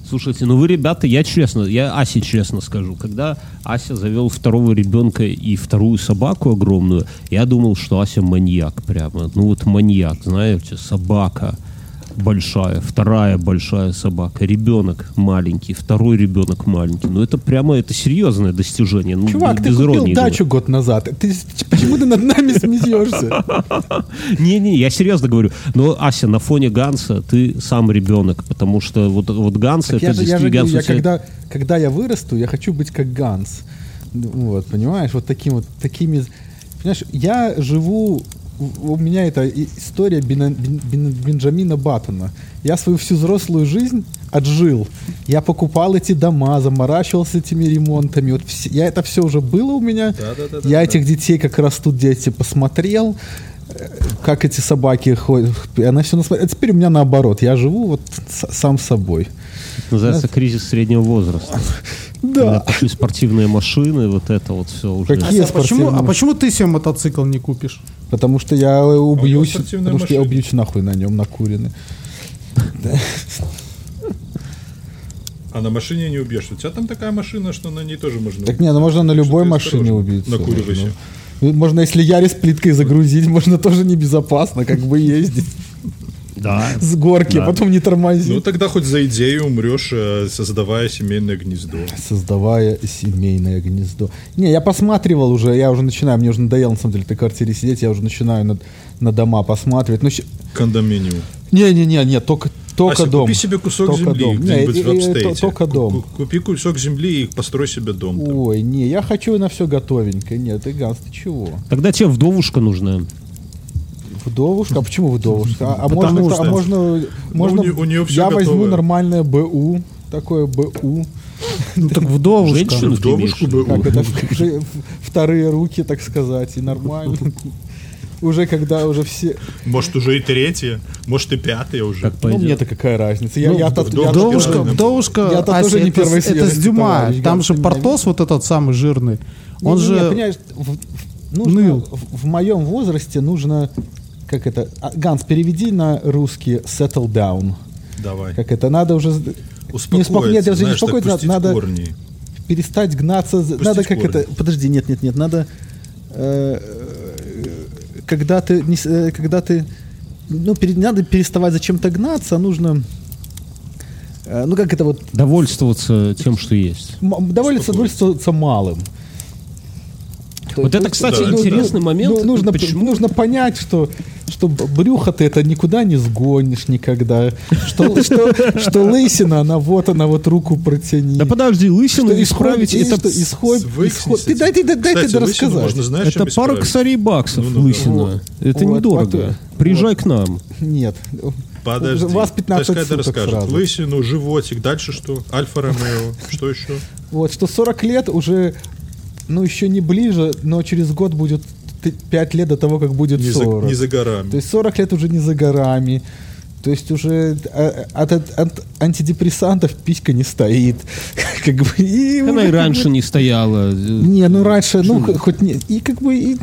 E: Слушайте, ну вы, ребята, я честно, я Асе честно скажу, когда Ася завел второго ребенка и вторую собаку огромную, я думал, что Ася маньяк прямо. Ну вот маньяк, знаете, собака большая, вторая большая собака, ребенок маленький, второй ребенок маленький. Ну это прямо, это серьезное достижение. Ну,
F: Чувак, ты
E: без
F: купил
E: иронии говорю.
F: дачу год назад. Ты, с- почему ты над нами смеешься?
E: Не-не, я серьезно говорю. Но, Ася, на фоне Ганса ты сам ребенок, потому что вот, вот Ганс,
F: Так
E: это
F: я же, я же
E: действительно Ганс
F: говорю, я
E: у тебя-
F: когда, когда я вырасту, я хочу быть как Ганс. Ну, Вот, понимаешь, вот таким вот, такими... Понимаешь, я живу... У у меня это и- история Бина- Бин- Бин- Бенджамина Баттона. Я свою всю взрослую жизнь отжил. Я покупал эти дома, заморачивался этими ремонтами. Вот все- я это все уже было у меня.
A: Да-да-да-да-да.
F: Я этих детей, как растут дети, посмотрел. типа, э, Как эти собаки ходят. И Она все насмотр- А теперь у меня наоборот. Я живу вот с- сам собой.
E: Называется кризис среднего возраста. Когда
F: Да.
E: пошли спортивные машины, вот это вот все уже.
F: Какие? Какие
D: а, почему, а
F: спортивные?
D: почему ты себе мотоцикл не купишь?
F: Потому что я
A: А
F: убьюсь,
A: спортивная
F: потому что я
A: машина.
F: убьюсь нахуй на нем накуренный.
A: А на машине не убьешь. У тебя там такая машина, что на ней тоже можно
F: Так
A: убить.
F: не, ну можно на
A: Так что
F: любой
A: ты
F: машине
A: осторожно.
F: убиться.
A: Накуривайся.
F: Можно. Ну, Можно, если Ярис плиткой загрузить, можно тоже небезопасно как бы ездить
E: Да.
F: с горки, а потом не
A: Ну
F: тормозить.
A: тогда хоть за идею умрешь, э, создавая семейное гнездо.
F: Создавая семейное гнездо. Не, я посматривал уже, я уже начинаю, мне уже надоело на самом деле в этой квартире сидеть, я уже начинаю на, на дома посматривать. Ну, щ-
A: Кондоминиум.
F: не-не-не, нет, только, только
A: Ася,
F: дом.
A: купи себе кусок
F: Только
A: земли
F: дом. Не,
A: где-нибудь
F: и-
A: в
F: и- и то-
A: апстейте.
F: только
A: Ку-
F: дом.
A: ку- Купи кусок земли и построй себе дом. там.
F: Ой, не, я хочу на все готовенькое. Нет, ты Ганс, ты чего?
E: Тогда тебе вдовушка нужна.
F: Вдовушка? А почему вдовушка? А, а
A: Потому
F: можно,
A: что- ну,
F: а можно, можно
A: у не- у неё всё
F: я возьму
A: готовое.
F: нормальное БУ, такое БУ,
D: Ну так вдовушка.
E: Женщину ты
A: Вдовушку
E: имеешь в виду?
A: бы
F: как это, в- вторые руки, так сказать, и нормально. Уже когда уже все...
A: Может, уже и третья, может, и пятая уже.
E: Как
F: Ну,
E: пойдет.
F: мне-то какая разница? Я,
D: Ну,
F: я, тот- я тот-
D: Вдовушка,
A: тоже-
D: вдовушка,
F: Я-то
D: Ася,
F: тоже не
D: это, с-
F: первой
D: это с
F: свежести,
D: Дюма.
F: товарищ
D: Там
F: Ганс,
D: же
F: ты меня
D: Портос вот этот самый жирный.
F: Не,
D: Он
F: не,
D: же...
F: не, понимаешь, в, в- нужно-
D: ныл.
F: в- в моем возрасте нужно... Как это? А, Ганс, переведи на русский settle down.
A: Давай.
F: Как это? Надо уже... с- не
A: Успокоиться,
F: успок- Нет, даже не
A: знаешь, так
F: успокоиться,
A: пустить
F: надо,
A: корни.
F: перестать гнаться. за- надо как
A: корни.
F: это. Подожди, нет, нет, нет, надо. э, э, когда ты, не с- э, когда ты, ну, пере- не надо переставать за чем-то гнаться, а нужно, э, ну, как это вот,
E: Довольствоваться тем, что есть.
F: м- довольствоваться, довольствоваться малым. То
E: Вот
F: есть
E: это,
F: нужно-
E: кстати,
A: Да,
F: ну,
E: интересный
F: ну,
E: момент.
F: ну, нужно,
E: Почему?
F: нужно понять, что что б- брюхо ты это никуда не сгонишь никогда, что, что, что лысина, она вот, она вот руку протяни.
E: Да подожди, лысину
F: что исправить
E: исправить это...
F: это исход,
A: Свыкнись
F: исход-
A: с
F: Ты
A: этим.
F: дай, ты дай, дай
A: Кстати,
F: ты
A: лысину
F: рассказать.
A: можно, знаешь,
E: Это
A: чем
E: пара
A: исправить?
E: косарей баксов,
A: Ну, ну,
E: лысина. Это
F: Вот,
E: недорого.
F: потом.
E: Приезжай к
F: Ну,
E: нам.
F: Нет.
A: Подожди.
F: У вас 15
A: Пускай это
F: суток
A: расскажет.
F: сразу.
A: Лысину, животик, дальше что? Альфа Ромео, что еще?
F: Вот, что 40 лет уже, ну, еще не ближе, но через год будет 5 лет до того, как будет
A: Не за,
F: 40.
A: не за горами.
F: То есть 40 лет уже не за горами. То есть уже э, от, от- от антидепрессантов писька не стоит. Как бы, и
E: Она
F: уже
E: и
F: как бы-
E: раньше не стояла.
F: Не, ну раньше, ну х- хоть не. И как бы. и-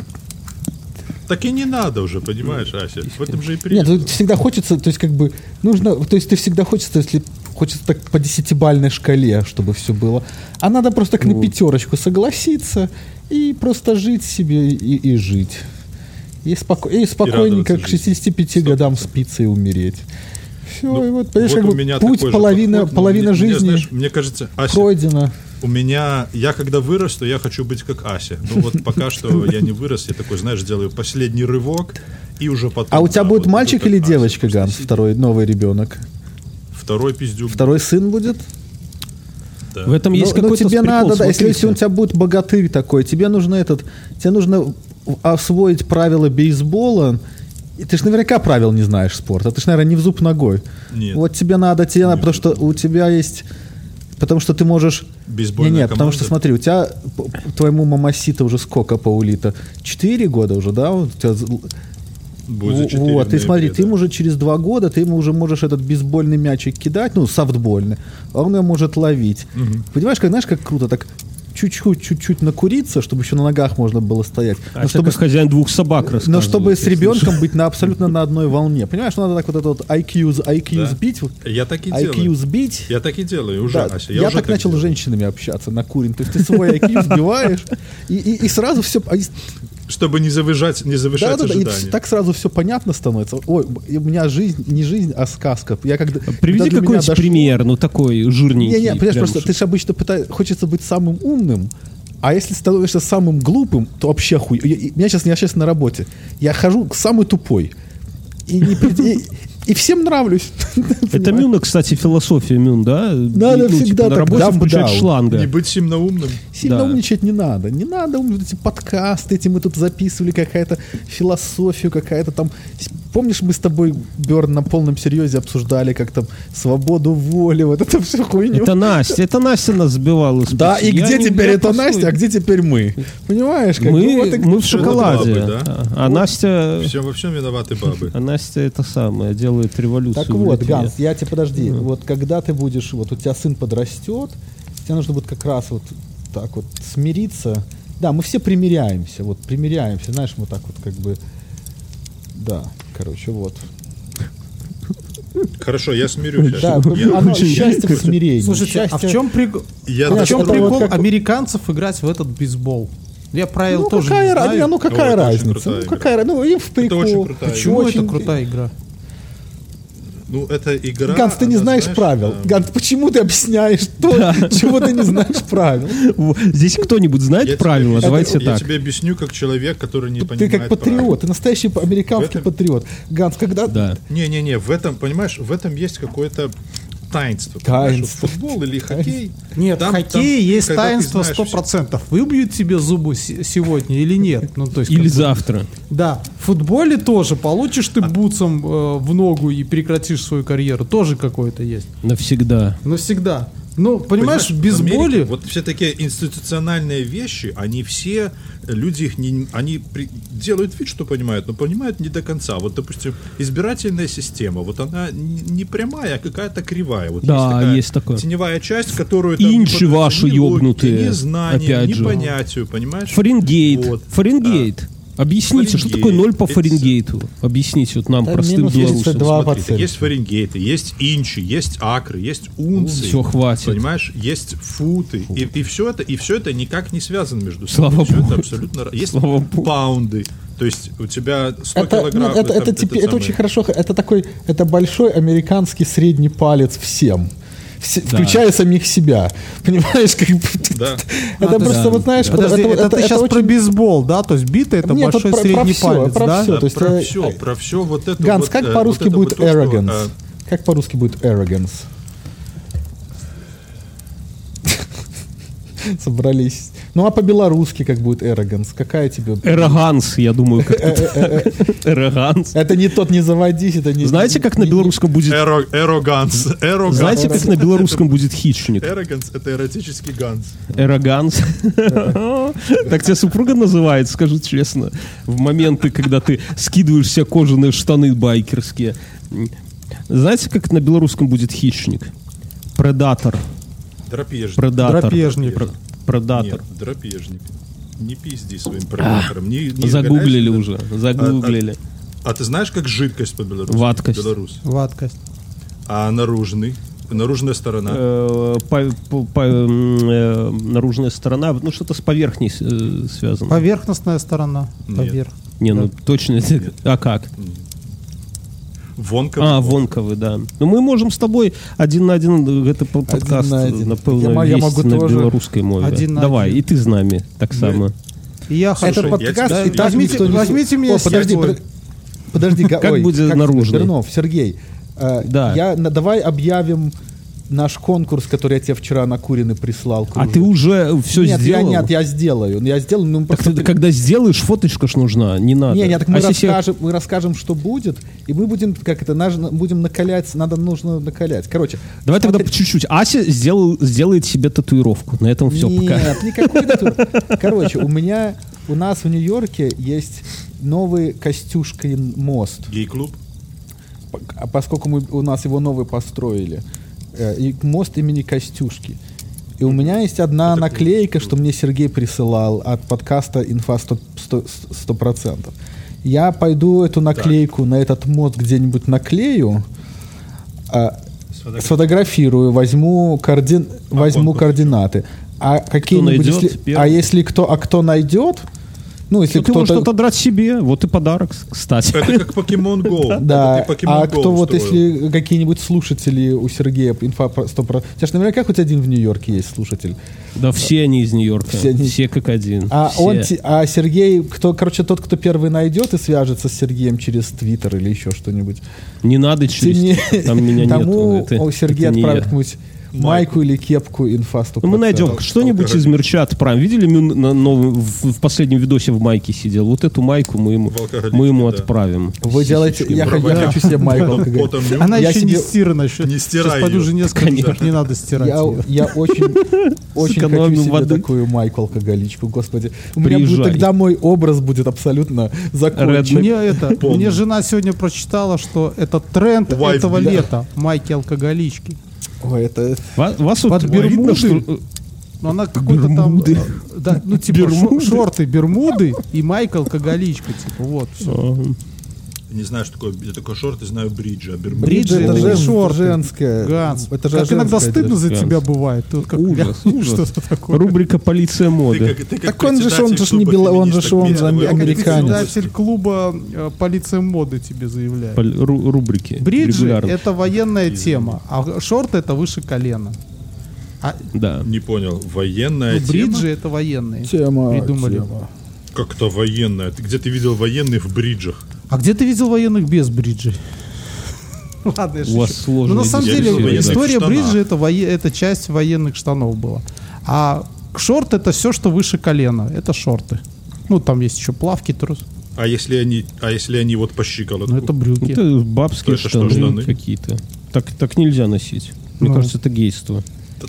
A: Так и не надо уже, понимаешь, Ася? В этом же и
F: Ну, нет,
A: прелесть.
F: тут всегда хочется, то есть как бы нужно, то есть ты всегда хочется, если хочется так по десятибальной шкале, чтобы все было. А надо просто
A: Ну.
F: так на пятерочку согласиться и просто жить себе и, и жить. И, споко- и спокойненько к
A: радоваться жизни.
F: 65
A: Сто
F: годам спиться и умереть. Все,
A: Ну,
F: и вот, понимаешь,
A: вот у
F: как бы
A: меня
F: путь,
A: такой же
F: половина,
A: подход, но
F: половина
A: мне- мне,
F: жизни
A: знаешь, мне кажется, Ася,
F: пройдена.
A: у меня, я когда вырасту, я хочу быть как Ася. Ну вот пока что я не вырос, я такой, знаешь, делаю последний рывок, и уже потом...
F: А у тебя
A: да,
F: будет
A: вот
F: мальчик
A: иду как
F: или
A: Ася,
F: девочка,
A: просто
F: Ган,
A: сидеть.
F: второй, новый ребенок?
A: Второй пиздюк.
F: Второй сын будет?
A: да.
E: В этом есть
F: Ну, ну,
E: какой-то
F: тебе
E: прикол,
F: надо, да, если,
E: смотрите.
F: если у тебя будет богатырь такой, тебе нужно этот, тебе нужно освоить правила бейсбола. И ты же наверняка правил не знаешь спорта, ты же, наверное, не в зуб ногой.
A: Нет.
F: Вот тебе надо, тебе надо,
A: Не в
F: потому что
A: зуб
F: у тебя есть, потому что ты можешь.
A: Бейсбольная
F: не, нет, потому
A: команда?
F: что смотри, у тебя п- твоему мамасита уже сколько Паулита? Четыре года уже, да? У тебя з-
A: Будет
F: Во-
A: за 4
F: вот,
A: в
F: ты смотри,
A: ноябре, да.
F: ты ему уже через два года, ты ему уже можешь этот бейсбольный мячик кидать, ну, софтбольный, а он ее может ловить. Понимаешь, как, знаешь, как круто так чуть-чуть, чуть-чуть накуриться, чтобы еще на ногах можно было стоять.
E: А
F: но
E: это
F: чтобы,
E: как хозяин двух собак
F: но
E: рассказывает,
F: чтобы с
E: если
F: ребенком быть на абсолютно на одной волне. Понимаешь, ну, надо так вот этот вот IQ, с- IQ
A: Да.
F: сбить, вот,
A: Я так и
F: IQ
A: делаю.
F: сбить.
A: Я так и делаю уже,
F: Да,
A: Ася.
F: я
A: уже
F: так начал с
A: делаю.
F: женщинами общаться на курин. То есть ты свой IQ сбиваешь, и, и- и сразу а все...
A: Чтобы не завышать, не завышать
F: Да-да-да, и
A: ожидания.
F: вс- так сразу все понятно становится. Ой, б- и у меня жизнь, не жизнь, а сказка. Я когда,
E: Приведи
F: когда до меня
E: какой-нибудь
F: дошло-
E: пример, ну такой жирненький.
F: Не, не, понимаешь,
E: прям
F: просто
E: уж.
F: ты же обычно пытаешься, хочется быть самым умным, а если становишься самым глупым, то вообще хуй. Я, и- меня сейчас, я сейчас на работе. Я хожу к самый тупой. И, не при- и- и всем нравлюсь.
E: Это
F: Понимаешь?
E: Мюна, кстати, философия Мюн, да?
F: Надо всегда
E: на
F: так,
E: работе
F: да,
E: включать
F: да.
E: шланга.
A: Не быть сильно умным.
F: Сильно
E: Да.
F: умничать не надо. Не надо ум- вот эти подкасты, эти мы тут записывали, какая-то философию, какая-то там... с- Помнишь, мы с тобой, Берн, на полном серьезе обсуждали, как там свободу воли, вот это все хуйню.
E: Это Настя, это Настя нас сбивала. с
F: Да,
E: пути.
F: и
E: Я
F: где
E: не-
F: теперь
E: я
F: это
E: просто-
F: Настя, а где теперь мы? Понимаешь, как бы
E: Мы,
F: вот и-
E: мы в
A: Всё это бабы,
E: шоколаде.
A: да?
E: А- А Настя...
A: Все, во всем виноваты бабы.
E: А Настя это самое, делает революцию.
F: Так
E: в
F: вот,
E: Литве.
F: Ганс, я тебе подожди. Вот когда ты будешь, вот у тебя сын подрастет, тебе нужно будет как раз вот так вот смириться. Да, мы все примиряемся, вот примиряемся, знаешь, мы так вот как бы, да, короче, вот.
A: Хорошо, я смирюсь.
F: Да,
A: Ася. Я-
F: оно- счастье в смирении.
D: Слушайте, а в
F: счастье-
D: чем, прик-
A: Я
D: а в
A: даже
D: чем
F: это
D: прикол
F: вот как-
D: американцев играть в этот бейсбол? Я правил
F: Ну
D: тоже
F: какая,
D: не
F: ра-
D: знаю.
F: ну, какая
A: это очень
F: разница?
A: крутая
F: Ну какая разница? Ну им в прикол.
A: очень крутая
D: Почему это
F: Очень-
D: крутая игра?
A: Ну, это игра...
F: Ганс, ты не
A: она,
F: знаешь правил.
A: эм,
F: Ганс, почему ты объясняешь то, чего ты не знаешь правил?
E: Во, Здесь кто-нибудь знает
A: я тебе
E: правила?
A: объясню-
E: Давайте
A: Я
E: так.
A: тебе объясню, как человек, который не
F: Ты
A: понимает
F: как патриот,
A: правил.
F: ты настоящий американский
A: В этом-
F: патриот. Ганс, когда
E: Да.
A: Не-не-не, в этом, понимаешь, в этом есть какое-то таинство. понимаешь, вот
F: Таинство.
A: Футбол или хоккей.
D: Нет,
A: там-
D: в хоккее
A: там,
D: есть
A: когда ты
D: таинство
A: знаешь
D: 100%. Выбьют тебе зубы се- сегодня или нет? Ну, то есть,
E: Или
D: как бы-
E: завтра.
D: Да, в футболе тоже. Получишь ты буцом э, в ногу и прекратишь свою карьеру. Тоже какое-то есть.
E: Навсегда.
D: Навсегда. Ну, понимаешь, без
A: в Америке
D: боли...
A: Вот все такие институциональные вещи, они все, э, люди их не... Они при- делают вид, что понимают, но понимают не до конца. Вот, допустим, избирательная система, вот она не не прямая, а какая-то кривая. Вот
E: Да,
A: такая
E: есть такое.
A: Теневая часть, которую...
E: Инши
A: не подается
E: ваши
A: ни логике,
E: ёбнутые,
A: Ни знания,
E: опять
A: ни
E: же.
A: понятию, понимаешь?
E: Фаренгейт.
A: Вот,
E: Фаренгейт. Объясните, что
A: Фаренгейт.
E: такое ноль по
A: Это-
E: Фаренгейту? Объясните вот нам,
F: Да,
E: простым
F: минус
E: белорусам.
F: 32. Два
A: Смотри,
F: пациента.
A: есть фаренгейты, есть инчи, есть акры, есть унции.
E: Всё, хватит.
A: Понимаешь, есть футы. И, и все это, и все это никак не связано между собой.
E: Слава
A: Всё
E: богу.
A: это абсолютно... ра- Есть
E: Слава богу.
A: паунды. То есть у тебя 100
F: Это, ну,
A: килограмм...
F: это,
A: там,
F: это, типи- это
A: самое.
F: очень хорошо. Это такой, это большой американский средний палец всем. все- включая самих себя. Понимаешь, как бы...
A: Да.
F: Это
D: А,
F: просто,
E: да.
F: вот знаешь...
D: Подожди, это, ты
F: это
D: сейчас
F: очень-
D: про бейсбол, да? То есть бита это
F: Нет,
D: большой
F: вот про- про
D: средний
F: всё,
D: палец,
F: про
D: да?
F: всё.
A: Да,
F: то есть,
A: про
F: э,
A: все, про все вот это
F: Ганс,
A: вот,
F: как
A: э,
F: по-русски
A: вот это
F: будет
A: вот то, что,
F: arrogance?
A: э,
F: Как по-русски будет arrogance? Собрались. Ну а по-белорусски как будет arrogance? Какая тебе...
E: Эроганс, я думаю,
A: Э,
E: как Эроганс.
F: Это не тот, не заводись, это не...
E: Знаете, как на белорусском будет...
A: э, эро- Эроганс. Эроганс. Э.
E: Знаете, как на белорусском будет хищник?
A: Эроганс это эротический ганс.
E: Эроганс.
A: Э.
E: Так тебя супруга называет, скажу честно. В моменты, когда ты скидываешься кожаные штаны байкерские. Знаете, как на белорусском будет хищник? Предатор.
A: Драпежник.
E: Предатор.
D: Драпежник.
E: Пр- Предатор.
A: Нет, драпежник. Не пизди своим продатором. Не, не
E: Загуглили
A: гоняйся.
E: уже. Загуглили.
A: А ты знаешь, как жидкость по-белорусски?
E: Ваткость.
A: Белорус.
D: Ваткость.
A: А наружный? Наружная сторона.
E: Э, по- по- по- м, э, наружная сторона, ну что-то с поверхней э, связано.
D: Поверхностная сторона.
A: Нет.
D: Поверх.
E: Не, ну точно. А как?
A: Вонка.
E: А, вонковый, да. Ну мы можем с тобой один на один э, это по- подкаст
F: на один.
E: напевно,
F: Я мо- я
E: вести
F: могу
E: на
F: тоже
E: белорусской мове.
D: один на
E: Давай,
D: один.
E: и ты с нами так само.
D: И я
A: Слушай,
F: Этот
A: я
F: подкаст
A: тебя
F: и так
D: Возьмите-
F: никто не
D: возьмите
F: слушает.
D: меня
F: О,
D: с
F: подожди,
D: собой.
F: пр- подожди, га-
E: Как
F: ой,
E: будет
F: тебя,
E: наружный?
F: Смирнов, Сергей, э,
E: Да.
F: я на- давай объявим наш конкурс, который я тебе вчера на Курины прислал.
E: А
F: кружок.
E: ты уже все
F: нет,
E: сделал?
F: Я, нет, я сделаю. Ну, Я сделаю, ну
E: Так
F: просто
E: ты, когда сделаешь, фоточка ж нужна, не надо.
F: Не, не, так мы,
E: А если-
F: расскажем, мы расскажем, что будет, и мы будем, как это, наж- будем накалять, надо, нужно накалять. Короче,
E: Давай тогда
F: смотри-
E: по чуть-чуть. Ася сделал, сделает себе татуировку. На этом все.
F: Нет,
E: Пока.
F: никакой натур- Короче, у меня, у нас в Нью-Йорке есть новый Костюшкин мост.
A: Гей-клуб.
F: П- а поскольку мы, у нас его новый построили, э, и мост имени Костюшки. И у меня есть одна
A: Это
F: наклейка,
A: круто.
F: что мне Сергей присылал от подкаста «Инфа 100%». 100%. Я пойду эту наклейку на этот мост где-нибудь наклею, а, сфотографирую, возьму, координ... возьму
A: конкурс
F: координаты. А какие-нибудь,
E: найдет,
F: если-
E: первый.
F: а если кто, а кто найдет, ну если
E: Ну, ты можешь
F: кто-то,
E: что-то драть себе. Вот и подарок, кстати.
A: Это как Pokemon Go.
F: Да,
A: Это ты Pokemon
F: а
A: Go
F: кто вот,
A: устроил.
F: если какие-нибудь слушатели у Сергея, инфа про 100%, у тебя же наверняка хоть один в Нью-Йорке есть слушатель.
E: Да все они из Нью-Йорка.
F: Все
E: Все,
F: они-
E: как один.
F: А,
E: Все.
F: он, те- а Сергей, кто, короче, тот, кто первый найдет и свяжется с Сергеем через Твиттер или еще что-нибудь.
E: Не надо через...
F: Тем не-
E: Там меня
F: Тому
E: нет. «Э,
F: о, Сергей отправит какую-нибудь
A: Майку.
F: майку или кепку инфа 100%.
E: Ну, мы найдем что-нибудь из мерча отправим. Видели, Мюн на новом- в, в последнем видосе в майке сидел. Вот эту майку мы ему,
A: В алкоголичке,
E: мы ему
A: да.
E: отправим.
F: Вы
E: С
F: делаете...
E: сисечками.
F: Я, х- я
A: Бровями.
F: хочу себе майку.
A: Потом
F: алкоголь.
A: потом мю-
D: Она
F: Я
D: еще не
F: себе-
D: стирана. еще-
A: Не стирай
D: Сейчас пойду
A: её.
D: жене скажу, так не надо стирать
F: Я,
D: её.
F: я очень, очень хочу
E: Сэкономим
F: себе
E: воды.
F: такую майку алкоголичку, господи. У меня будет-
E: Приезжай.
F: тогда мой образ будет абсолютно закончен.
D: Мне это,
A: Полный.
D: мне жена сегодня прочитала, что это тренд
A: Wife
D: этого
A: beater.
D: лета. Майки алкоголички.
F: Ой, это...
E: Ва- Вас вот
D: Под
E: видно,
D: Бермуды?
E: что-
D: Но она какой-то там, э, да, ну типа шо- шорты, бермуды и майка алкоголичка, типа вот. всё.
A: Не знаю, что такое. Я такой шорт, и знаю бриджи. А бир-
D: Бриджи
F: это
D: это
F: жен-
D: не шорты.
F: женское.
D: Ганс,
F: Э, Это же
D: как иногда
F: женское
D: стыдно за
E: Ганс.
D: тебя бывает. Ты вот как
E: Ужас,
D: ля-
E: ужас.
D: Что-то такое.
E: Рубрика «Полиция моды».
A: как- ты как
F: Так он же ж- он же ж
A: председатель
F: не
A: клуба
F: бело- он же ж
A: феминисток
F: он же
A: мира.
D: Я как
F: американец.
D: Председатель клуба э, полиция моды тебе заявляет.
E: Пол- ру- Рубрики.
D: Бриджи
E: регулярно.
D: это военная тема, а шорты это выше колена. А
E: Да.
A: Не понял. Военная
D: ну,
A: тема?
D: бриджи это военные.
F: Тема,
D: Придумали.
F: тема.
A: Как-то военная. Ты где ты видел военных в бриджах?
D: А где ты видел военных без бриджи? Ладно, я
E: У вас
D: шучу.
E: сложные
D: Ну, на самом
A: дискуссии,
D: деле,
A: ребята.
D: история
A: В штанах.
D: бриджи это, вое- это часть военных штанов была. А шорт это все, что выше колена. Это шорты. Ну, там есть еще плавки, трус.
A: А если они, а если они вот по щиколотку?
D: Ну, это брюки.
E: Это бабские
A: Это что,
E: штаны,
A: штаны?
E: какие-то. Так, так нельзя носить. Мне
D: Ну.
E: кажется, это гейство.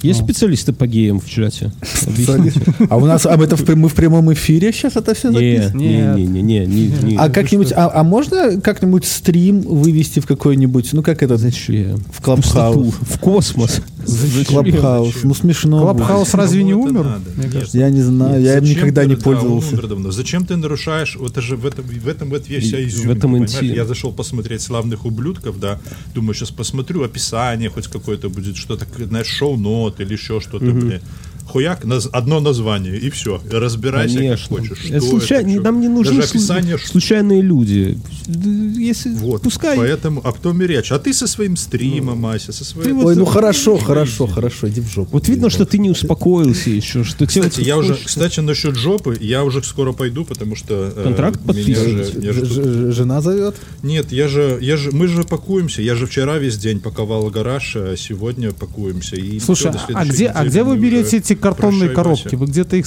E: Есть
F: ну.
E: специалисты по геям в чате? Объясните.
F: А у нас об этом в прям- мы в прямом эфире сейчас это все
E: Не,
F: записано?
D: Нет.
E: не, не, не, не, не.
F: А как-нибудь, а, а можно как-нибудь стрим вывести в какой-нибудь, ну как это,
E: Зачем?
F: в
E: Пустоту,
F: клабхаус?
E: в космос.
F: В Клабхаус, ну смешно.
D: Клабхаус разве не
A: Кому Ну, это
D: умер?
A: надо?
D: Мне
A: Нет.
D: кажется.
F: Я не
E: А,
F: знаю, я им
A: Зачем
F: никогда
A: ты-
F: не
A: да,
F: пользовался.
A: он умер давно. Зачем ты нарушаешь? Вот Это же в этом, в этом вот весь вся
E: И- в
A: изюминка,
E: этом
A: понимаешь?
E: интим.
A: Я зашел посмотреть «Славных ублюдков», да. Думаю, сейчас посмотрю описание, хоть какое-то будет, что-то, знаешь, шоу-нот или еще что-то, блин. хуяк, наз- одно название, и все. Разбирайся
E: Конечно.
A: как хочешь.
E: Это
A: что
E: случай-
A: это, чё.
E: Нам не нужны
A: Даже описание,
E: слу-
A: что
E: случайные люди. Если...
A: Вот,
E: Пускай.
A: поэтому о том и речь. А ты со своим стримом, Ася, со своей...
E: ты вот-
F: Ой, ну хорошо, хорошо, хорошо, иди в жопу.
E: Вот видно, что ты не успокоился еще. Что тебе
A: Кстати,
E: вот
A: я уже,
E: хочется.
A: кстати, насчет жопы, я уже скоро пойду, потому что э,
E: Контракт
A: меня
E: подписан?
A: же, меня же тут-
F: Ж- ж- Жена зовет.
A: нет, я же, я же, мы же пакуемся, я же вчера весь день паковал гараж, а сегодня пакуемся и
D: Слушай,
A: всё, до
D: а
A: следующей
D: где, а
A: недели
D: где вы
A: мы
D: берете
A: уже-
D: эти картонные
A: прощай,
D: коробки? А,
A: Вася.
D: Вы где-то их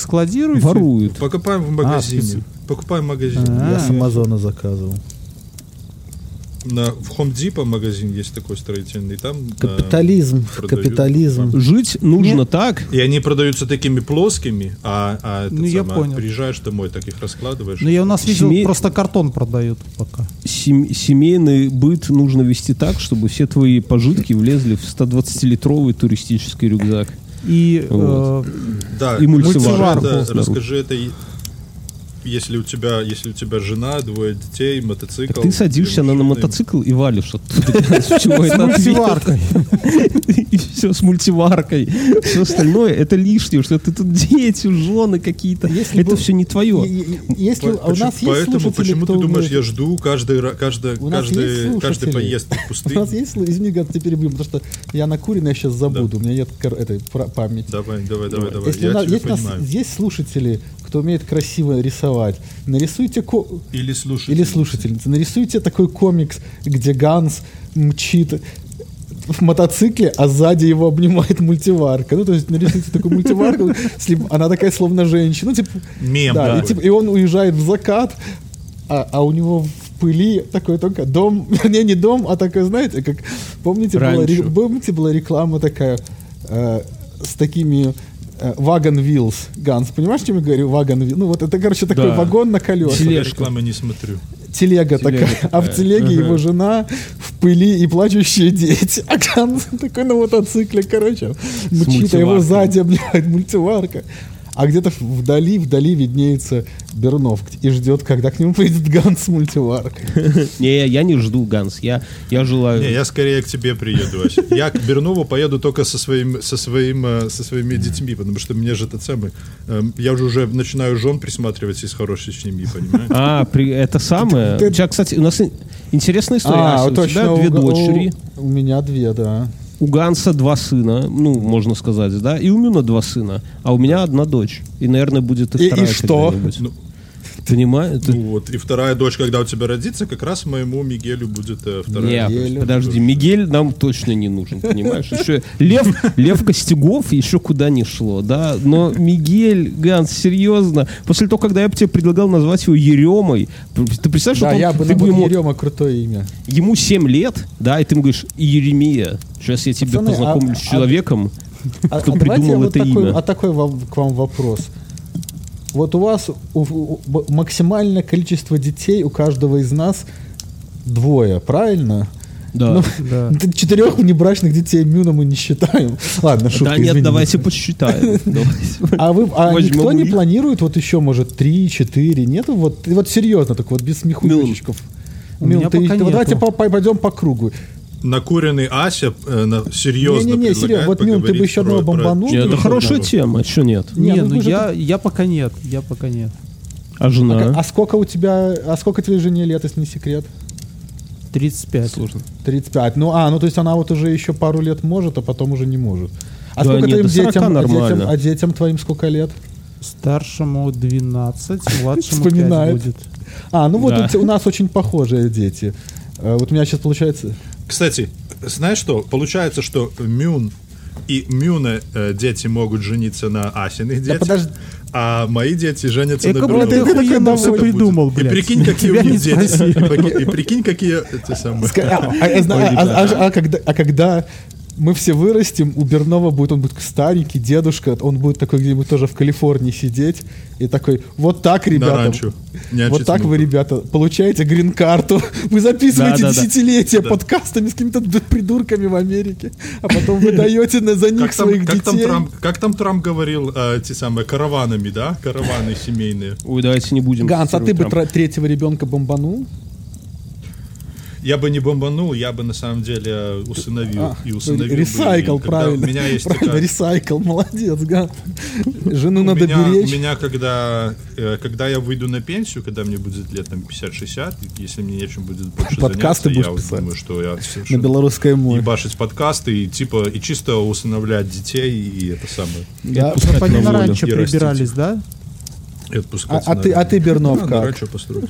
D: складируете?
E: воруют.
A: Покупаем в магазине,
D: специально.
A: покупаем в магазине.
D: А.
F: Я с Амазона заказывал.
A: На в Home Depot магазин есть такой строительный, там э,
F: Капитализм,
A: продают.
F: капитализм.
E: Жить нужно так.
A: И они продаются такими плоскими, а, а этот
D: Ну, я
A: самый,
D: понял.
A: приезжаешь домой, так их раскладываешь.
D: Ну, я у нас видел,
E: Семей-
D: просто картон продают пока.
E: Сем- семейный быт нужно вести так, чтобы все твои пожитки влезли в 120-литровый туристический рюкзак.
D: И э,
E: Вот.
A: Да,
E: И мультиварку.
A: расскажи это-
E: Мультиварку.
A: расскажи это, и- если у тебя, если у тебя жена, двое детей, мотоцикл.
E: Так ты садишься на, на
A: машины.
E: мотоцикл и валишь оттуда. С чего это
D: мультиваркой.
E: ответ? И все с мультиваркой. Все остальное это лишнее, что ты тут дети, жены какие-то.
F: Если
E: Это
F: бы-
E: все не твое.
F: Е- е- Если
A: По-
F: а у
A: почему-
F: нас есть
A: Поэтому
F: слушатели,
A: почему ты
F: кто
A: думаешь,
F: умеет-
A: я жду каждый, ра- каждый,
F: У нас есть
A: каждый,
F: слушатели.
A: каждый поездка в
F: У
A: пустыню?
F: нас есть, слу- извини, Гад, теперь перебью, потому что я накуренный, я сейчас забуду, у меня нет кор- этой пра- памяти.
A: Давай, давай, давай, давай.
F: Если
A: я
F: у нас,
A: тебя
F: есть, у нас-
A: понимаю.
F: есть слушатели, кто умеет красиво рисовать, нарисуйте ко-
A: Или слушай.
F: или слушательницы, нарисуйте такой комикс, где Ганс мчит в мотоцикле, а сзади его обнимает мультиварка. Ну, то есть нарисуйте такую мультиварку, с лим- она такая словно женщина. Ну, типа,
A: Мем
F: да, и,
A: такой.
F: типа, и он уезжает в закат, а, а у него в пыли такой только дом, вернее, не дом, а такой, знаете, как, помните, была, ре-
E: Ранчо.
F: помните, была реклама такая э, с такими э, Wagon Wheels, Ганс, понимаешь, чем я говорю? Wagon Wheels. Ну, вот это, короче, такой
E: Да.
F: вагон на колесах
A: Я
E: тележка.
A: рекламы не смотрю.
E: Телега
F: телега такая, а в телеге его жена в пыли и плачущие дети. А Ганс такой на мотоцикле, короче, мчит, а его
E: мультиваркой.
F: сзади обнимает мультиварка. А где-то вдали, вдали виднеется Бернов и ждет, когда к нему приедет Ганс с мультиваркой.
E: Не, я не жду, Ганс. Я, я
A: Не,
E: желаю.
A: я скорее к тебе приеду, Ася. Я к Бернову поеду только со, своим, со, своим, э, со своими детьми, потому что мне же этот самый... эм, Я уже уже начинаю жен присматривать из хорошей семьи, понимаешь?
E: А, при- это самое. У
F: Ты-
E: тебя, кстати, у нас и- интересная история. Ася.
F: вот
E: А, у тебя две
F: А, у Га-
E: дочери.
F: У, у меня две, да.
E: У Ганса два сына, ну, можно сказать, да, и у Мюна два сына, а у меня одна дочь. И, наверное, будет и
F: И- и
E: вторая
F: что?
E: когда-нибудь.
A: Ну.
E: Понимаю?
A: Ну вот, и вторая дочь, когда у тебя родится, как раз моему Мигелю будет э, вторая.
E: Нет,
F: Мигель.
E: подожди, Мигель нам точно не нужен, понимаешь? Еще Лев, Лев Костюгов еще куда не шло, да? Но Мигель, Ганс, серьезно, после того, когда я бы тебе предлагал назвать его Еремой, ты представляешь,
F: Да,
E: что
F: я бы
E: ты
F: на
E: бы ему,
F: Ерема крутое имя.
E: ему 7 лет, да, и ты ему говоришь, Еремия, сейчас я тебя
F: Пацаны, а-
E: познакомлю с
F: а-
E: человеком,
F: А,
E: кто
F: а давайте
E: придумал
F: вот
E: это
F: такой,
E: имя.
F: А такой вам- к вам вопрос. Вот у вас у- у- у- максимальное количество детей у каждого из нас двое, правильно?
E: Да.
F: Ну, д- Четырех внебрачных детей Мюна мы не считаем. Ладно, шутка,
E: Да нет,
F: извините.
E: давайте посчитаем. Давайте.
F: А вы, а
E: возьмем
F: никто не
E: их.
F: планирует вот еще, может, три, четыре? Нету? Вот, и вот серьезно, так вот, без смехуечков.
D: У
F: Мюн,
D: меня
F: ты-
D: пока
F: ты- вот давайте
D: нету.
F: по- по- пойдем по кругу.
A: Накуренный Ася э, на- серьезно
F: Не-не-не,
A: предлагает
F: серьезно, вот, Мюн, ты бы
A: поговорить
F: еще
A: про-
F: одного
A: про-
F: бомбанул?
E: Нет, Это
F: Ну,
E: хорошая
A: да.
E: тема, а что нет?
D: Не,
F: Не, ну
D: ну,
F: вы же
D: я, я пока нет, я пока нет.
E: А
F: А,
E: жена?
F: а сколько у тебя, а сколько твоей жене лет, если не секрет?
D: 35.
E: Сложно.
F: 35. Ну, а, ну то есть она вот уже еще пару лет может, а потом уже не может. А
E: Да
F: сколько
E: нет,
F: твоим
E: до 40
F: детям, а
E: нормально.
F: детям, а детям твоим сколько лет?
D: Старшему 12, младшему 5
F: Вспоминает.
D: будет.
F: А, ну вот
E: Да.
F: у, те- у нас очень похожие дети. Э, Вот у меня сейчас получается...
A: Кстати, знаешь что? Получается, что Мюн и Мюна э, дети могут жениться на Асиных детях,
F: подожди. Э,
A: а мои дети женятся
D: Эко,
A: на
D: блядь,
A: Берновых.
D: ты охуенно
A: Вот
D: всё
A: это будет.
D: придумал, блядь.
A: И прикинь, какие у
D: Тебя
A: них
D: не
A: дети. И поки- И прикинь, какие эти самые.
F: Ска- А, а, а, зна- а, а, а, а когда, а когда мы все вырастем, у Бернова будет, он будет старенький, дедушка, он будет такой где-нибудь тоже в Калифорнии сидеть и такой, вот так,
A: На
F: ребята,
A: ранчо.
F: Вот так вы, ребята, получаете грин-карту. Вы записываете
E: Да, да, да.
F: десятилетия
A: Да.
F: подкастами с какими-то д- придурками в Америке, а потом вы даете на- за них
A: Как там,
F: своих
A: как, там
F: детей.
A: Трамп, как там Трамп говорил, э, те самые караванами, да? Караваны семейные.
E: Ой, давайте не будем.
F: Ганс, а ты
E: цитировать
F: бы
E: Трампа.
F: тра- третьего ребенка бомбанул?
A: Я бы не бомбанул, я бы на самом деле усыновил.
B: А,
A: и усыновил бы
B: ресайкл,
A: ее. Когда
B: правильно.
A: У меня есть
B: правильно,
A: такая-
B: ресайкл, молодец, Ганс. Жену
A: у
B: надо
A: меня,
B: беречь.
A: У меня, когда, э, когда я выйду на пенсию, когда мне будет лет там 50-60, если мне нечем будет больше заняться,
B: Подкасты будешь
A: я вот
B: писать?
A: думаю, что я совершенно-
B: На белорусской
A: и
B: море.
A: башить подкасты, и типа, и чисто усыновлять детей, и это самое.
B: Да.
D: Чтоб они
A: на волю
D: раньше
A: и растить.
D: прибирались, да?
A: И
B: А,
A: отпускать
B: а ты, а ты Бернов
A: надо
B: как?
A: раньше Ну, построить.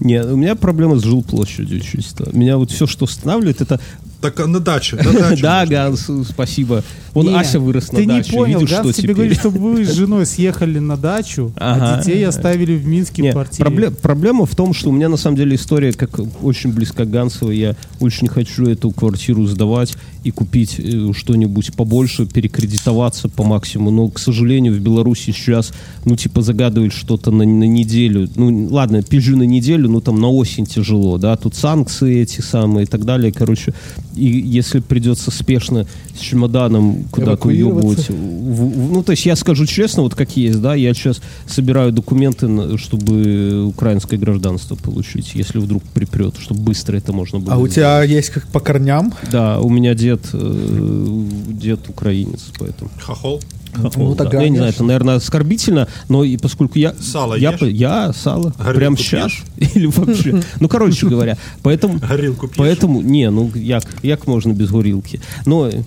E: Нет, у меня проблема с жилплощадью чисто. Меня вот все, что останавливает, это...
A: Так а на даче, на даче.
E: да,
A: можно.
E: Ганс, спасибо. Он
D: Не,
E: Ася вырос на
D: Ты не
E: даче.
D: понял,
E: Видишь,
D: Ганс
E: что
D: тебе говорит,
E: теперь?
D: что вы с женой съехали на дачу, а
E: Ага.
D: детей оставили в Минске в
E: Не,
D: квартире.
E: пробле- проблема в том, что у меня на самом деле история как очень близка к Гансову. Я очень хочу эту квартиру сдавать и купить э, что-нибудь побольше, перекредитоваться по максимуму. Но, к сожалению, в Беларуси сейчас, ну, типа, загадывают что-то на, на неделю. Ну, ладно, пизжу на неделю, но там на осень тяжело, да. Тут санкции эти самые и так далее. Короче, и если придется спешно с чемоданом куда-то уебывать,
B: Эвакуироваться.
E: в- в- ну, то есть я скажу честно, вот как есть, да, я сейчас собираю документы, на- чтобы украинское гражданство получить, если вдруг припрет, чтобы быстро это можно было.
F: А у
E: сделать.
F: тебя есть как по корням?
E: Да, у меня дед, э, дед украинец, поэтому.
A: Хохол.
E: Ну,
B: так
E: да. Я не
B: конечно.
E: знаю, это, наверное, оскорбительно, но и поскольку я...
A: Сало
E: я,
A: ешь?
E: по- Я сало.
A: Горилку
E: прям
A: пьешь?
E: сейчас. Или вообще. Ну, короче говоря, поэтому...
A: Горилку пьешь?
E: Поэтому, не, ну, як, як можно без горилки. Но э,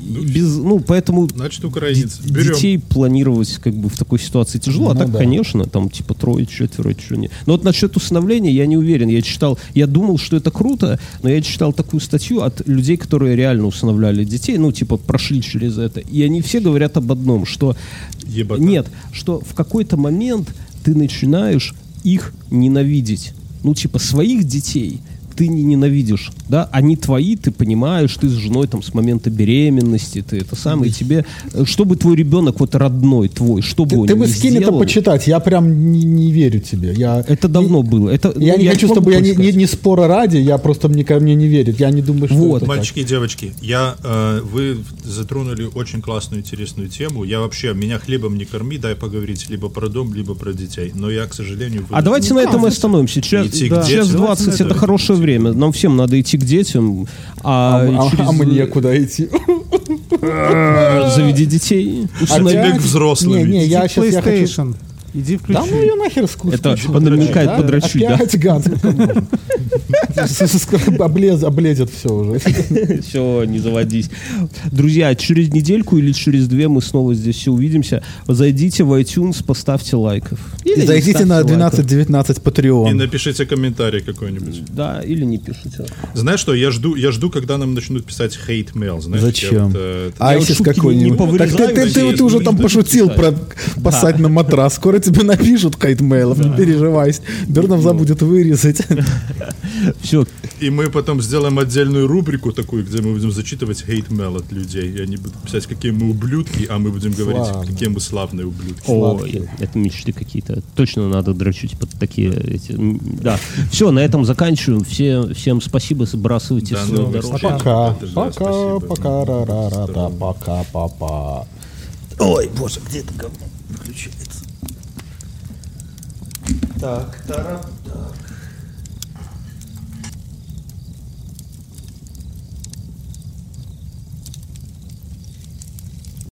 E: без, ну, поэтому
A: Значит, украинец.
E: Д-
A: Берем.
E: Детей планировать как бы в такой ситуации тяжело, а
B: Ну
E: так,
B: да.
E: конечно, там типа трое, четверо, чего нет. Но вот насчет усыновления я не уверен. Я читал, я думал, что это круто, но я читал такую статью от людей, которые реально усыновляли детей, ну типа прошли через это, и они все говорят об одном, что
A: Ебота.
E: нет, что в какой-то момент ты начинаешь их ненавидеть. Ну, типа, своих детей ты не ненавидишь, да, они твои, ты понимаешь, ты с женой там с момента беременности, ты это самое, тебе, э, чтобы твой ребенок вот родной твой, что бы
B: Ты,
E: он
B: ты
E: ни
B: бы скинь это
E: сделал,
B: почитать, я прям не, не верю тебе. Я,
E: это давно было, это
B: я
E: ну,
B: не хочу,
E: могу
B: чтобы я не,
E: точно
B: не, не спора ради, я просто мне ко мне не верит. Я не думаю, что
E: Вот.
B: это так.
A: Мальчики и девочки, я, э, вы затронули очень классную, интересную тему. Я вообще, меня хлебом не корми, дай поговорить либо про дом, либо про детей. Но я, к сожалению...
E: А давайте на этом и остановимся. Сейчас,
A: Идти к
E: да.
A: детям.
E: сейчас 20 это
A: Давайте
E: хорошее время. Нам всем надо идти к детям. А,
B: А, а-
E: через-
B: а мне куда идти?
E: э, Заведи детей.
A: А тебе
B: Опять?
A: к взрослым
B: Не, не,
A: идти.
B: я
D: Иди
B: сейчас я хочу...
D: PlayStation. Иди включи.
B: Да ну ее нахер скучно.
E: Это он намекает подрочить, да?
B: Опять Ганс. Облез- Облезет все уже.
E: Все, не заводись. Друзья, через недельку или через две мы снова здесь все увидимся. Зайдите в iTunes, поставьте лайков. Или
F: И
E: не
F: зайдите
E: ставьте
F: на
E: лайков.
F: 12-19
A: И
F: Patreon.
A: напишите комментарий какой-нибудь.
E: Да, или не пишите.
A: Знаешь что, я жду, я жду, когда нам начнут писать hate mail. Знаешь, я
F: Зачем?
A: вот, э,
B: А
F: Айсис
E: шутки не- не
F: А какой-нибудь. Так
E: повырезаю,
F: ты, ты, ты
A: надеюсь,
F: вот уже
A: не
F: там
A: будут
F: пошутил
E: писать.
F: про посадь на матрас. Скоро тебе напишут хайтмейлов, не переживай. Бернов забудет вырезать.
E: Все,
A: И мы потом сделаем отдельную рубрику такую, где мы будем зачитывать hate mail от людей. И они будут писать, какие мы ублюдки, а мы будем говорить,
B: Славно.
A: какие мы славные ублюдки.
E: Ой, это мечты какие-то. Точно надо дрочить под такие эти. м, Да. Все, на этом заканчиваем. Все, всем спасибо, сбрасывайте
A: До
E: свою
A: новых
E: дорожку.
A: встреч.
B: Пока,
A: Да, друзья,
B: пока,
A: спасибо.
B: пока, ра ра ра да, пока, папа.
G: Так, тара, тара.